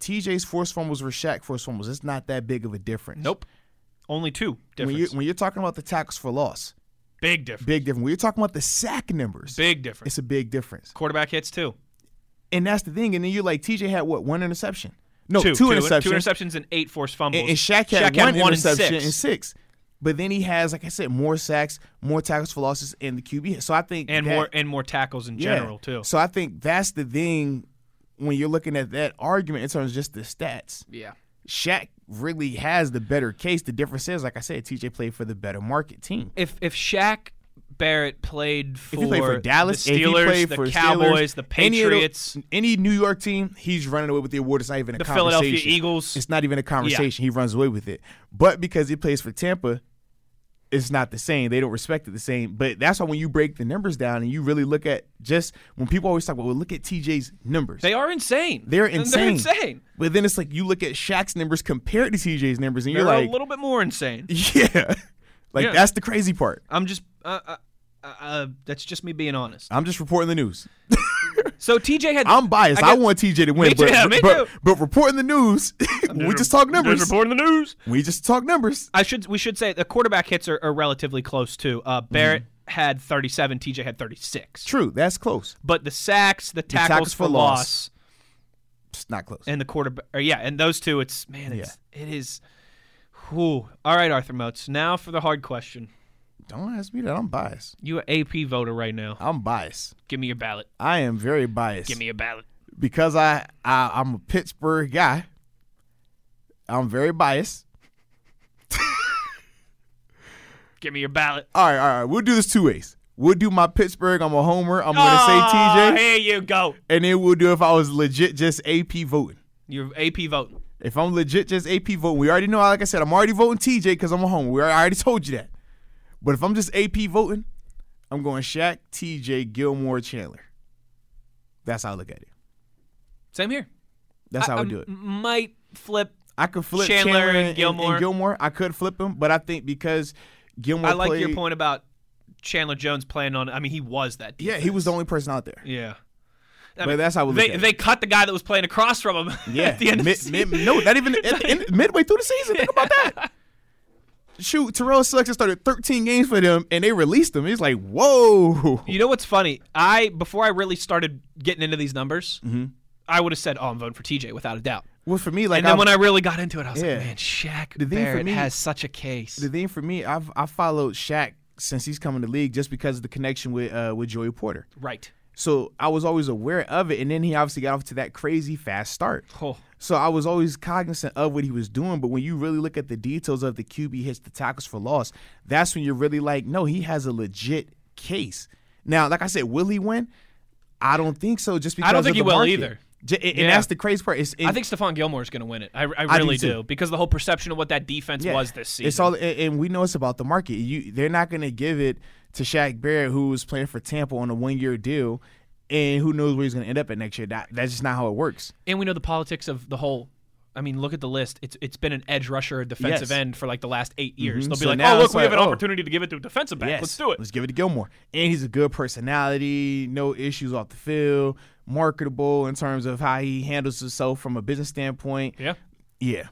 TJ's forced fumbles versus Shaq forced fumbles. It's not that big of a difference.
Nope. Only two
When
difference.
you're, when you're talking about the tackles for loss,
big difference.
Big difference. We're talking about the sack numbers.
Big difference.
It's a big difference.
Quarterback hits two.
And that's the thing. And then you're like, TJ had what? One interception? No,
Two.
two, interceptions.
Two interceptions and eight forced fumbles.
And, and Shaq had one,
one and
interception
six.
and six. But then he has, like I said, more sacks, more tackles for losses, and the QB. hit. So I think
and
that-
more and more tackles in
yeah.
general too.
So I think that's the thing when you're looking at that argument in terms of just the stats.
yeah.
Shaq really has the better case. The difference is, like I said, TJ played for the better market team.
If if Shaq Barrett played for,
If he played for Dallas,
the Steelers,
if he played
the
for Steelers,
Cowboys, the
any of the-
Patriots,
any, New York team, he's running away with the award. It's not even a
the
conversation.
Philadelphia Eagles,
It's not even a conversation. He runs away with it. But because he plays for Tampa, it's not the same. They don't respect it the same. But that's why when you break the numbers down and you really look at just when people always talk about, well, look at TJ's numbers.
they are insane.
They're
And
insane.
They're insane.
But then it's like you look at Shaq's numbers compared to TJ's numbers, and
They're
you're like,
a little bit more insane.
yeah, like
Yeah.
that's the crazy part.
I'm just uh, uh, uh, uh, that's just me being honest.
I'm just reporting the news.
So TJ had
I'm biased.
I
I,
guess-
want TJ to win,
Me too,
but,
yeah, me
but,
too.
but reporting the news, we just talk numbers.
reporting the news.
we just talk numbers.
I should we should say the quarterback hits are, are relatively close too. Uh,
Mm-hmm.
Barrett had 37, TJ had 36.
True, that's close.
But the sacks, the tackles,
tackles
for
for
loss,
loss. It's not close.
and the quarterback. Or yeah, and those two, it's man, it's, it is. Whew. All right, Arthur Motes. Now for the hard question.
Don't ask me that. I'm biased.
You an AP voter right now?
I'm biased.
Give me your ballot.
I am very biased.
Give me a ballot.
because I, I I'm a Pittsburgh guy. I'm very biased.
Give me your ballot.
All right, all right. We'll do this two ways. We'll do my Pittsburgh. I'm a homer. I'm gonna say
Oh,
TJ,
Here you go.
and then we'll do if I was legit just AP voting.
Your AP vote.
If I'm legit just AP voting, we already know. Like I said, I'm already voting TJ because I'm a homer. We already, I already told you that. But if I'm just AP voting, I'm going Shaq, TJ, Gilmore, Chandler. That's how I look at it.
Same here.
That's how I,
I
would do it.
Might flip.
I could flip
Chandler
Chandler,
and
and, and
Gilmore.
Gilmore. I could flip him, but I think because Gilmore,
I like your
played-
point about Chandler Jones playing on. I mean, he was that.
Yeah,
defense.
he was the only person out there.
Yeah. I
But that's how we look
they
at it.
they cut the guy that was playing across from him
Yeah,
at the end of
mid,
the season.
mid- no, not even at the end, midway through the season. Think about that. Shoot, Terrell Suggs started 13 games for them, and they released him. It's like, whoa.
You know what's funny? I before I really started getting into these numbers,
Mm-hmm.
I would have said, "Oh, I'm voting for TJ without a doubt."
Well, for me, like,
and then
I've-
when I really got into it, I was
Yeah.
like, "Man, Shaq
The thing for
Barrett
me-
has such a case."
the thing for me, I've I followed Shaq since he's come in the league just because of the connection with uh, with Joey Porter.
right?
So I was always aware of it, and then he obviously got off to that crazy fast start.
Oh,
So I was always cognizant of what he was doing, but when you really look at the details of the QB hits, the tackles for loss, that's when you're really like, no, he has a legit case. Now, like I said, will he win? I don't think so. Just because
I don't
of
think he
the
will
market.
either.
J- and
Yeah.
that's the crazy part. It's,
I think Stephon Gilmore is going to win it. I, I
do
really do,
too.
because the whole perception of what that defense
yeah,
was this season.
It's all, and- and we know it's about the market. You, they're not going to give it to Shaq Barrett, who was playing for Tampa on a one-year deal, and who knows where he's going to end up at next year. That, that's just not how it works.
and we know the politics of the whole. I mean, look at the list. It's it's been an edge rusher, a defensive
Yes.
end for like the last eight years.
Mhm.
They'll be
So
like,
now
"Oh, look,
it's
we have an
like, oh.
opportunity to give it to a defensive back.
Yes.
Let's do it."
Let's give it to Gilmore. And he's a good personality, no issues off the field, marketable in terms of how he handles himself from a business standpoint.
Yeah.
Yeah.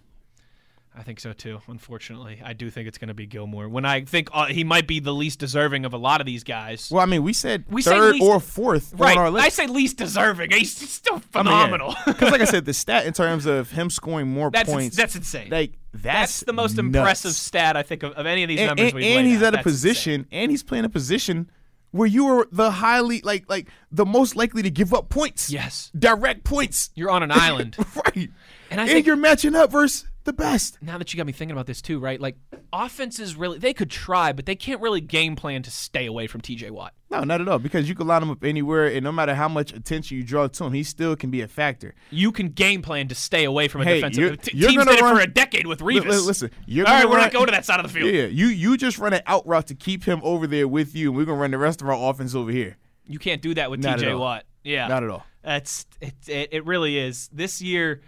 I think so too. Unfortunately, I do think it's going to be Gilmore. When I think uh, he might be the least deserving of a lot of these guys.
Well, I mean, we said
We say
third
least-
or fourth
right.
on our list.
I say least deserving. He's he's
I
still
mean, yeah.
phenomenal.
'Cause like I said, the stat in terms of him scoring more
that's
points,
that's insane.
like that's,
that's the most
nuts.
impressive stat I think of, of any of these
And,
numbers.
and-
we've
and
laid
he's at
out.
a
That's
position, and he's playing a position where you are the highly like like the most likely to give up points.
insane. Yes,
Direct points.
you're on an island.
right.
And I
and
think-
you're matching up versus the best.
now that you got me thinking about this too, right? Like offenses really they could try, but they can't really game plan to stay away from TJ Watt.
No, not at all. Because you can line him up anywhere, and no matter how much attention you draw to him, he still can be a factor.
You can game plan to stay away from a
Hey,
defensive.
you're-
t-
you're
teams
gonna
did it
run-
for a decade with
Li-
Revis.
li- listen, you're
All
gonna
right, we're
run-
not going to that side of the field.
Yeah, you you just run an out route to keep him over there with you, and we're gonna run the rest of our offense over here.
You can't do that with
Not at
TJ
all.
Watt. Yeah.
Not at all.
That's it, it it really is. This year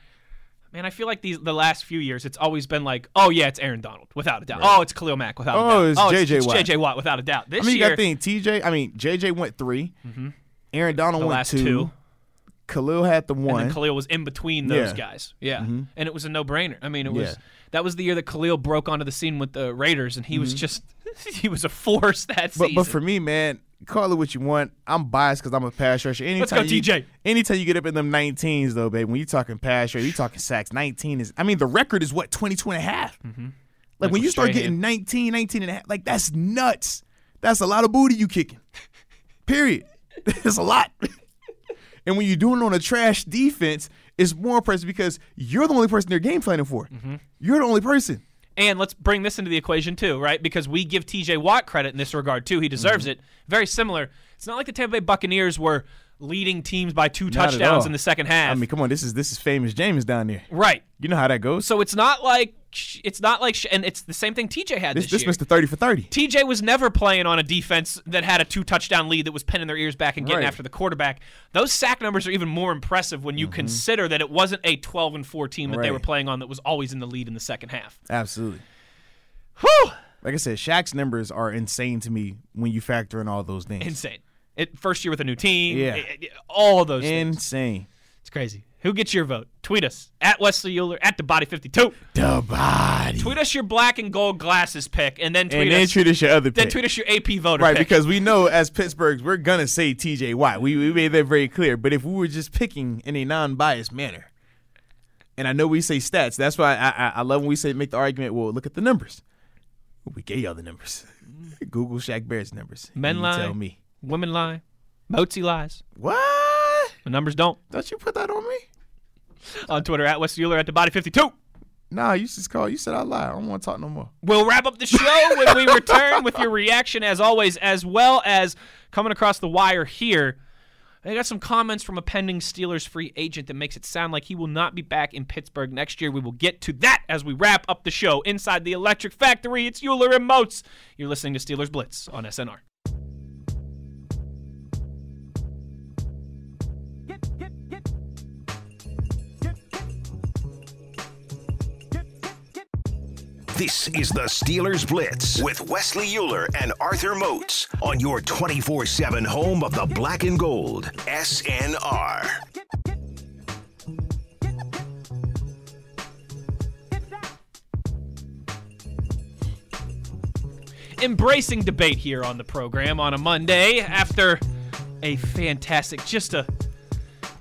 man, I feel like these the last few years it's always been like, oh yeah, it's Aaron Donald without a doubt. Oh, it's Khalil Mack without
Oh,
a
it's
doubt.
J.J.
it's
Watt.
JJ Watt without a doubt. This
I mean, you
year
got to think TJ. I mean, JJ went 3 Aaron Donald
the
went
last
Mm-hmm. two,
two.
Khalil had the one.
and then Khalil was in between those
Yeah. Mm-hmm.
guys. Yeah, and it was a no-brainer. I mean, it was
Yeah.
that was the year that Khalil broke onto the scene with the Raiders, and he was just he was a force that
Mm-hmm. but
season.
but for me, man, call it what you want. I'm biased because I'm a pass rusher. Anytime
Let's go,
you,
TJ.
Anytime you get up in them 19s, though, babe, when you talking pass rusher, you talking sacks. 19 is. I mean, the record is what 22 and a half. Like when
Mm-hmm. Michael
you start
Strahan.
getting 19, 19 and a half, like that's nuts. That's a lot of booty you kicking. Period. it's a lot. and when you're doing it on a trash defense, it's more impressive because you're the only person they're game planning for.
Mm-hmm.
You're the only person.
And let's bring this into the equation too, right? Because we give TJ Watt credit in this regard too. He deserves
Mm-hmm.
it. Very similar. It's not like the Tampa Bay Buccaneers were leading teams by two
Not at
touchdowns
all.
in the second half.
I mean, come on, this is this is famous James down there.
right.
You know how that goes.
So it's not like sh- it's not like sh- and it's the same thing TJ had
this
this,
this
year.
Mr. 30 for 30.
TJ was never playing on a defense that had a two touchdown lead that was pinning their ears back and getting
Right.
after the quarterback. Those sack numbers are even more impressive when you consider that it wasn't a 12 and 4 team that
Mm-hmm.
they
Right.
were playing on that was always in the lead in the second half.
Absolutely.
Whew!
Like I said, Shaq's numbers are insane to me when you factor in all those things.
Insane. It, first year with a new team.
Yeah.
it- it- all those things.
Insane.
It's crazy. Who gets your vote? Tweet us at Wesley Euler at the Body 52.
The body.
Tweet us your black and gold glasses pick, and then tweet
and
us.
then tweet us your other
then
pick.
tweet us your AP voter
Right,
pick.
because we know as Pittsburghs, we're gonna say TJ Watt. We we made that very clear. But if we were just picking in a non-biased manner, and I know we say stats, that's why I I, I love when we say make the argument. Well, look at the numbers. We gave y'all the numbers. Google Shaq Barrett's numbers. and
Mm. Men
you
lie.
Tell me
Women lie. Mozi lies.
what?
The numbers don't.
Don't you put that on me?
On Twitter at Wes Euler at the Body 52.
Nah, you just call. You said I lie. I don't want to talk no more.
We'll wrap up the show when we return with your reaction, as always, as well as coming across the wire here. I got some comments from a pending Steelers free agent that makes it sound like he will not be back in Pittsburgh next year. We will get to that as we wrap up the show inside the Electric Factory. It's Euler and Moats. You're listening to Steelers Blitz on SNR.
This
Is the Steelers Blitz with Wesley Euler and Arthur Moats on your 24 7 home of the black and gold, SNR.
embracing debate here on the program on a Monday after a fantastic, just a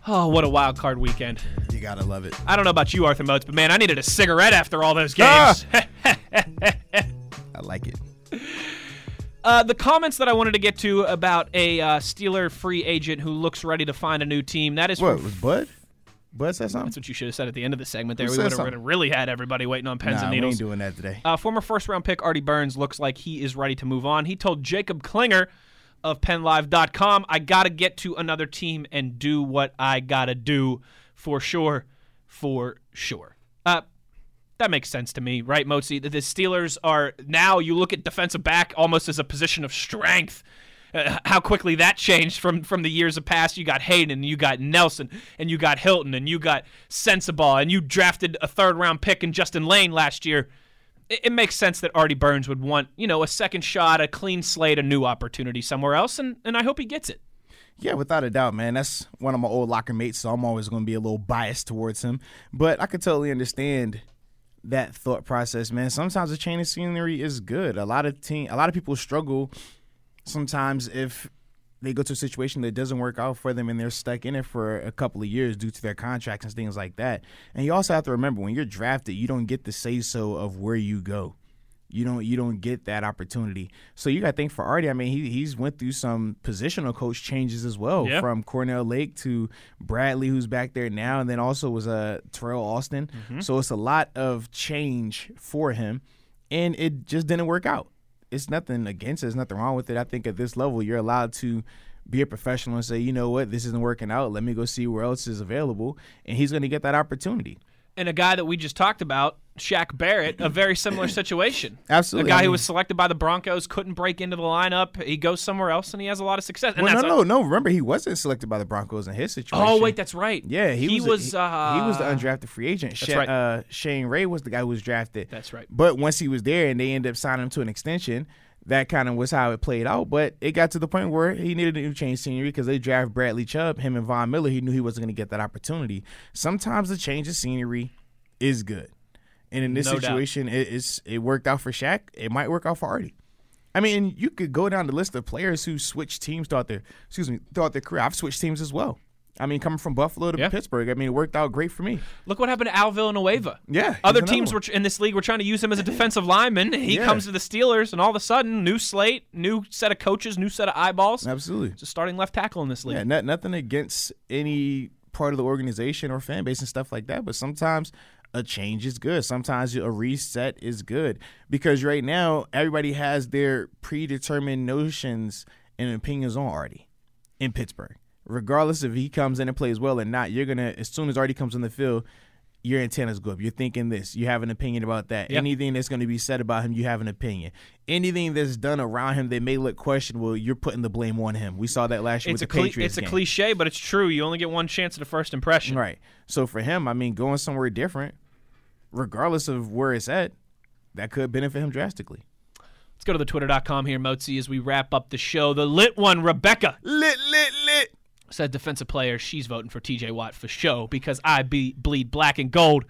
oh, what a wild card weekend.
You gotta love it.
I don't know about you, Arthur Motes, but man, I needed a cigarette after all those games.
Ah! I like it.
uh, the comments that I wanted to get to about a uh, Steeler free agent who looks ready to find a new team. That is
What
from-
was Bud? Bud said something.
That's what you should have said at the end of the segment. There,
Who
we
said
would
something?
have really had everybody waiting on pens
nah,
and
we
needles.
ain't doing that today.
Uh, former first round pick Artie Burns looks like he is ready to move on. He told Jacob Klinger of PennLive.com, I got to get to another team and do what I got to do for sure, for sure. Uh, that makes sense to me, right, Mozi? The the Steelers are now, you look at defensive back almost as a position of strength. Uh, how quickly that changed from, from the years of past. You got Hayden, you got Nelson, and you got Hilton, and you got Sensabaugh, and you drafted a third round pick in Justin Lane last year it, it makes sense that Artie Burns would want, you know, a second shot, a clean slate, a new opportunity somewhere else, and, and I hope he gets it.
Yeah, without a doubt, man. That's one of my old locker mates, so I'm always going to be a little biased towards him. But I could totally understand that thought process, man. Sometimes a change of scenery is good. A lot of team, a lot of people struggle sometimes if they go to a situation that doesn't work out for them and they're stuck in it for a couple of years due to their contracts and things like that. And you also have to remember when you're drafted, you don't get the say so of where you go. You don't you don't get that opportunity. So you got to think for Artie. I mean, he he's went through some positional coach changes as well,
Yeah.
from Cornell Lake to Bradley, who's back there now, and then also was uh, Terrell Austin. So it's a lot of change for him, and it just didn't work out. It's nothing against it. There's nothing wrong with it. I think at this level, you're allowed to be a professional and say, you know what, this isn't working out. Let me go see where else is available, and he's going to get that opportunity.
And a guy that we just talked about, Shaq Barrett, a very similar situation.
Absolutely.
A guy
I
who
mean-
was selected by the Broncos, couldn't break into the lineup. He goes somewhere else and he has a lot of success. And
Well, no,
that's a-
no, no. Remember, he wasn't selected by the Broncos in his situation.
Oh, wait, that's right.
Yeah, he,
was.
was.
uh,
he was the undrafted free agent. Sha-
right.
uh, Shane Ray was the guy who was drafted.
That's right.
But once he was there, and they ended up signing him to an extension. That kind of was how it played out. But it got to the point where he needed a new change scenery because they draft Bradley Chubb, him and Von Miller. He knew he wasn't going to get that opportunity. Sometimes the change of scenery is good, and in this
No doubt.
situation, it, it's it worked out for Shaq. It might work out for Artie. I mean, you could go down the list of players who switched teams throughout their excuse me throughout their career. I've switched teams as well. I mean, coming from Buffalo to
Yeah.
Pittsburgh, I mean, it worked out great for me.
Look what happened to Al Villanueva.
Yeah, he's
Other
another
teams
one.
were tr- in this league were trying to use him as a defensive lineman. He
Yeah.
comes to the Steelers, and all of a sudden, new slate, new set of coaches, new set of eyeballs.
Absolutely.
It's a starting left tackle in this league.
Yeah, not, nothing against any part of the organization or fan base and stuff like that, but sometimes a change is good. Sometimes a reset is good because right now everybody has their predetermined notions and opinions on Artie in Pittsburgh. Regardless if he comes in and plays well or not, you're gonna as soon as Artie comes on the field, your antennas go up. You're thinking this. You have an opinion about that.
Yeah.
Anything that's going to be said about him, you have an opinion. Anything that's done around him that may look questionable, you're putting the blame on him. We saw that last year
It's a
with the
cli-
Patriots.
it's a
game.
cliche, but it's true. You only get one chance at a first impression.
Right. So for him, I mean, going somewhere different, regardless of where it's at, that could benefit him drastically.
Let's go to the twitter.com here, Mozi, as we wrap up the show. The lit one, Rebecca,
Lit, lit, lit.
said defensive player. She's voting for TJ Watt for show because I be- bleed black and gold.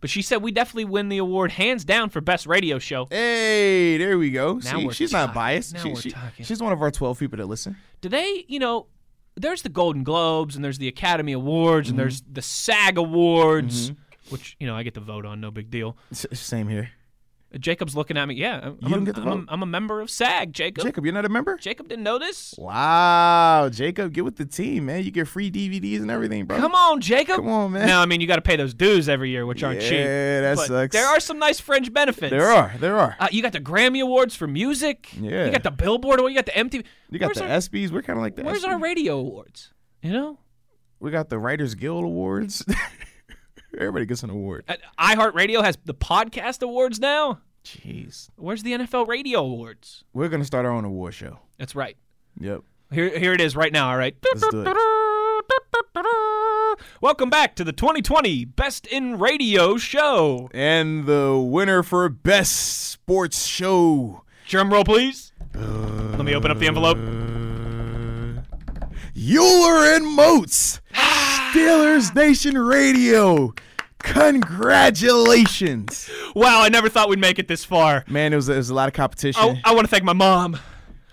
But she said we definitely win the award hands down for best radio show.
Hey, there we go.
Now
See,
we're
she's
talking.
not biased.
Now
She-
we're
she-
talking.
She's one of our 12 people that listen.
do they you know there's the golden globes and there's the academy awards
Mm-hmm.
and there's the sag awards which you know i get to vote on no big deal
S- Same here.
jacob's looking at me yeah i'm,
You don't get to
I'm,
vote.
I'm a member of sag jacob jacob,
Jacob, you're not a member?
didn't know this
Wow, Jacob, get with the team, man. You get free DVDs and everything, bro.
Come on, Jacob.
Come on, man.
Now, I mean, you got to pay those dues every year, which aren't cheap.
Yeah, that
but
sucks.
There are some nice fringe benefits.
There are, there are.
Uh, you got the Grammy Awards for music.
Yeah.
You got the Billboard Award. You got the MTV.
you got
where's
the
our,
SBs. We're kind of like the
Where's
SBs.
our radio awards? You know,
We got the Writers Guild Awards. Everybody gets an award.
Uh, iHeartRadio has the podcast awards now.
Jeez.
Where's the NFL Radio Awards?
We're going to start our own award show.
That's right.
Yep.
Here, here it is right now. All right.
Let's do it.
Welcome back to the 2020 Best in Radio show.
And the winner for best sports show.
Drum roll, please. Let me open up the envelope.
Euler and Moats.
Ah.
Steelers Nation Radio. Congratulations.
Wow, I never thought we'd make it this far.
Man, it was, it was a lot of competition.
Oh, I want to thank my mom. Oh.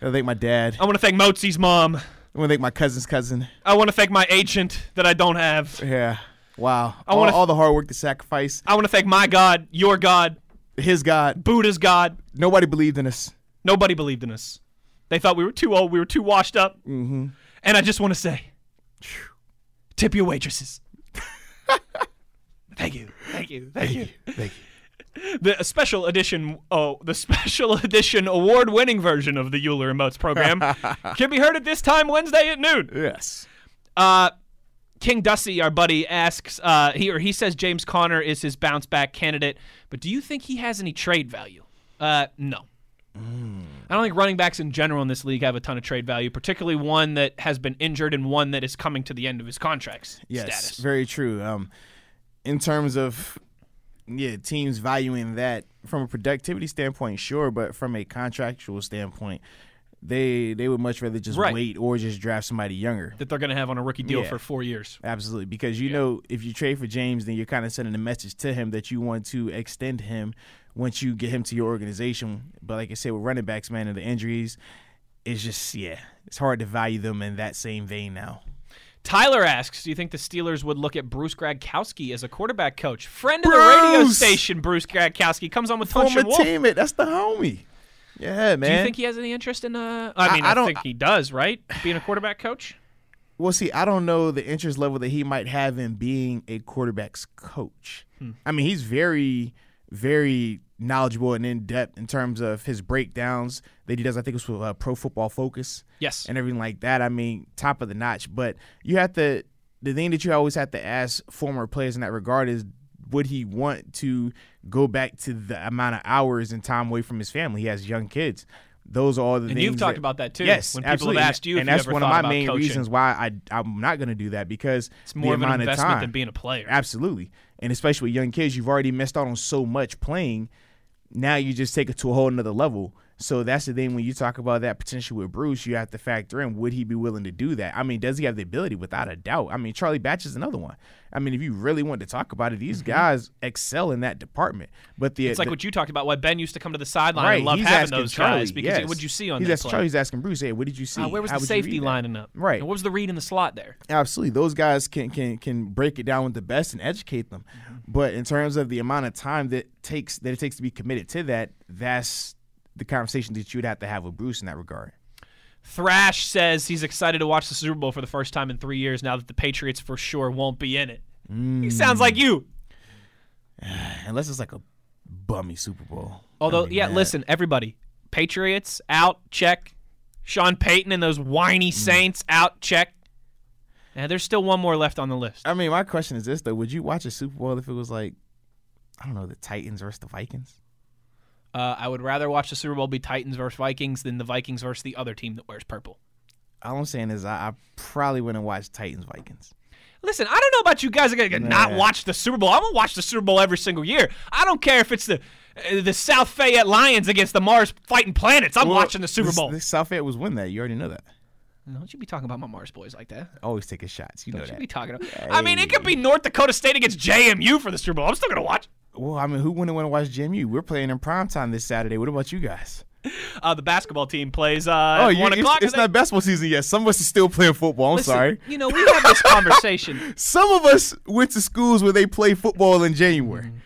I thank my dad.
I want to thank Mozi's mom.
I want to thank my cousin's cousin.
I want to thank my agent that I don't have.
Yeah. Wow.
I wanna-
all, all the hard work, the sacrifice.
I want to thank my God, your God,
His God.
Buddha's God.
Nobody believed in us.
Nobody believed in us. They thought we were too old. We were too washed up. Mm-hmm. And I just want to say, tip your waitresses. thank you, thank you, thank, you.
Thank
The special edition, oh, the special edition award-winning version of the Euler Emotes program can be heard at this time Wednesday at noon.
you. Yes.
Uh, King Dusty, our buddy, asks uh, he or he says James Conner is his bounce back candidate, but do you think he has any trade value? Uh, no.
Hmm.
I don't think running backs in general in this league have a ton of trade value, particularly one that has been injured and one that is coming to the end of his contract's
Yes.
status.
Very true. Um, in terms of yeah, teams valuing that from a productivity standpoint, sure, but from a contractual standpoint, they they would much rather just
Right.
wait or just draft somebody younger.
That they're going to have on a rookie deal
Yeah.
for four years.
Absolutely, because you know if you trade for James, then you're kind of sending a message to him that you want to extend him once you get him to your organization. But like I said, with running backs, man, and the injuries, it's just yeah, it's hard to value them in that same vein now.
Tyler asks, do you think the Steelers would look at Bruce Gradkowski as a quarterback coach? Friend of the radio
Bruce!
station, Bruce Gradkowski, comes on with Tunch
Former
and Wolf.
teammate, that's the homie. Yeah, man.
Do you think he has any interest in? Uh, I mean, I,
I don't-
think he does, right? Being a quarterback coach.
Well, see, I don't know the interest level that he might have in being a quarterback's coach.
Hmm.
I mean, he's very, very knowledgeable and in depth in terms of his breakdowns that he does. I think it was with uh, Pro Football Focus
Yes.
and everything like that. I mean, top of the notch. But you have to, the thing that you always have to ask former players in that regard is would he want to go back to the amount of hours and time away from his family? He has young kids. Those are all the
And
things
you've talked
that-
about that too.
Yes,
when people
absolutely.
have asked you,
and
if you
that's
ever
one
thought
of my
about
main
coaching.
reasons why I I'm not going to do that because
It's more
the
of an
amount of
investment
time,
than being a player.
absolutely, and especially with young kids, you've already missed out on so much playing. Now you just take it to a whole another level. So that's the thing when you talk about that potential with Bruce, you have to factor in would he be willing to do that? I mean, does he have the ability? Without a doubt. I mean, Charlie Batch is another one. I mean, if you really want to talk about it, these guys excel in that department. But the
Mm-hmm. It's like
the-
what you talked about. Why Ben used to come to the sideline
right,
and love
he's
having
asking
those
Charlie,
guys because
yes.
what would you see on
he's
that
asking,
play?
Charlie, he's asking Bruce, hey, what did you see?
Uh, where was
How
the
would you read
safety
that?
lining up?
Right.
And what was the read in the slot there?
Absolutely, those guys can can can break it down with the best and educate them. But in terms of the amount of time that takes that it takes to be committed to that, that's the conversation that you'd have to have with Bruce in that regard.
Thrash says he's excited to watch the Super Bowl for the first time in three years now that the Patriots for sure won't be in it. He
Mm.
sounds like you.
Unless it's like a bummy Super Bowl.
Although,
I mean,
yeah,
man,
listen, everybody. Patriots out, check. Sean Payton and those whiny
Mm.
Saints out, check. Now, there's still one more left on the list.
I mean, my question is this though: Would you watch a Super Bowl if it was like, I don't know, the Titans versus the Vikings?
Uh, I would rather watch the Super Bowl be Titans versus Vikings than the Vikings versus the other team that wears purple.
All I'm saying is, I, I probably wouldn't watch Titans Vikings.
Listen, I don't know about you guys. that are gonna not watch the Super Bowl. I'm gonna watch the Super Bowl every single year. I don't care if it's the uh, the South Fayette Lions against the Mars Fighting Planets. I'm watching the Super Bowl.
The, South Fayette was win that. You already know that.
Don't you be talking about my Mars boys like that?
Always taking shots. You know
Don't you
that.
be talking about? I mean, it could be North Dakota State against JMU for the Super Bowl. I'm still gonna watch.
Well, I mean, who wouldn't want to watch JMU? We're playing in prime time this Saturday. What about you guys?
Uh, the basketball team plays uh, at one
Oh, it's,
o'clock.
it's
and they-
not basketball season yet. Some of us are still playing football. I'm
Listen,
sorry.
You know, we had this conversation.
Some of us went to schools where they play football in January.
Mm-hmm.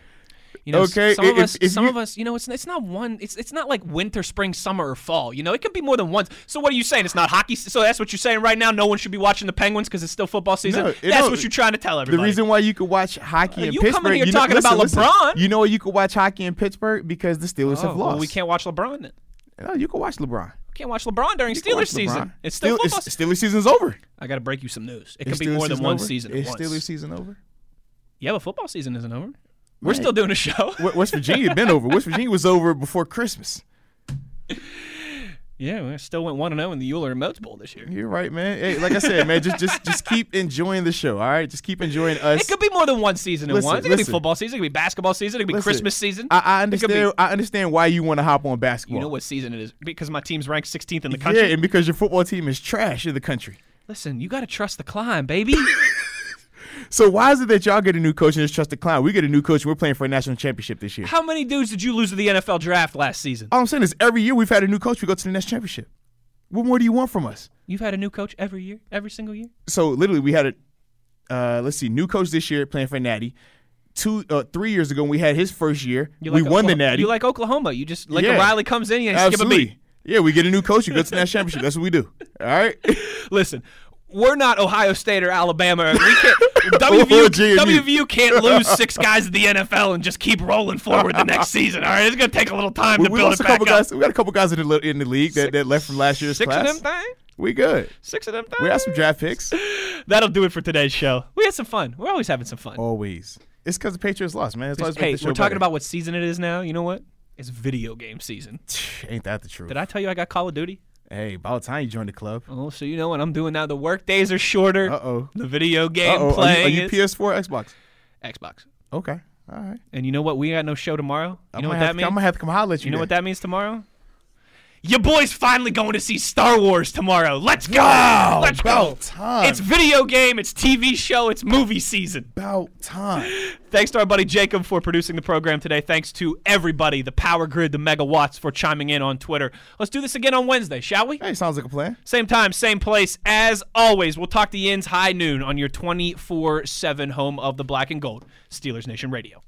You know,
Okay,
Some of
if-
us,
if
some
you-
of us, you know, it's it's not one. It's it's not like winter, spring, summer, or fall. You know, it can be more than once. So what are you saying? It's not hockey. se- So that's what you're saying right now. No one should be watching the Penguins because it's still football season.
No, it-
that's
no,
what you're trying to tell everybody.
The reason why you could watch hockey
Uh,
in
you coming
Pittsburgh.
here
you know-
talking
listen,
about
listen.
LeBron.
You know you could watch hockey in Pittsburgh because the Steelers
oh,
have lost.
well, we can't watch LeBron. Then.
No, you can watch LeBron.
We can't watch LeBron during
You
Steelers
can watch
season.
LeBron.
It's still
Steel-
football.
it's- Steelers season's over.
I got to break you some news. It
Is
could be
Steelers
more than one
over?
season. at
Is
once.
Steelers season over?
Yeah, but football season isn't over. We're still doing a show.
Wh- West Virginia been over. West Virginia was over before Christmas.
yeah, we still went one and zero in the Euler and Moats Bowl this year.
You're right, man. Hey, like I said, man, just just just keep enjoying the show. All right, just keep enjoying us.
It could be more than one season at
Listen,
once. It could be
listen.
football season. It could be basketball season. It could be
Listen,
Christmas season.
I, I
It could
understand.
be-
I understand why you want to hop on basketball.
You know what season it is because my team's ranked 16th in the
Yeah,
country.
and because your football team is trash in the country.
Listen, you got to trust the climb, baby.
So why is it that y'all get a new coach and just trust the clown? We get a new coach. and We're playing for a national championship this year.
How many dudes did you lose to the NFL draft last season?
All I'm saying is every year we've had a new coach. We go to the next championship. What more do you want from us?
You've had a new coach every year, every single year.
So literally, we had a uh, let's see, new coach this year playing for Natty. Two, uh, three years ago, when we had his first year,
You
we
like
won the
Oklahoma-
Natty.
You like Oklahoma? You just like
Yeah.
Riley comes in, you skip a beat.
Absolutely. Yeah, we get a new coach. We go to the national championship. That's what we do. All right.
Listen, we're not Ohio State or Alabama. We can't.
Or
WVU,
JMU.
WVU can't lose six guys to the NFL and just keep rolling forward the next season. All right, it's gonna take a little time
We,
to
we
build
lost a
it back
couple
up.
guys. We got a couple guys in the li- in the league that, that left from last year's
Six
class.
of them thing.
We good.
Six of them thing.
We got some draft picks.
That'll do it for today's show. We had some fun. We're always having some fun.
Always. It's because the Patriots lost, man. It's always
hey,
made
we're
the show
talking
better.
about what season it is now. You know what? It's video game season.
Ain't that the truth?
Did I tell you I got Call of Duty?
Hey, about time you joined the club.
Oh, so you know what I'm doing now. The work days are shorter.
Uh oh.
The video
Uh
game
oh. Are you,
playing
are you
is-
PS4 or Xbox?
Xbox.
Okay. All right.
And you know what? We got no show tomorrow. You
I'm gonna
know what
have
that
to-
means?
I'm gonna have to come holler at you.
you know what
then.
that means tomorrow? Your boy's finally going to see Star Wars tomorrow. Let's go! Let's go!
about time.
It's video game, it's TV show, it's movie season.
About time.
Thanks to our buddy Jacob for producing the program today. Thanks to everybody, the Power Grid, the Megawatts, for chiming in on Twitter. Let's do this again on Wednesday, shall we?
Hey, sounds like a plan.
Same time, same place. As always, we'll talk to Yins high noon on your 24 7 home of the black and gold, Steelers Nation Radio.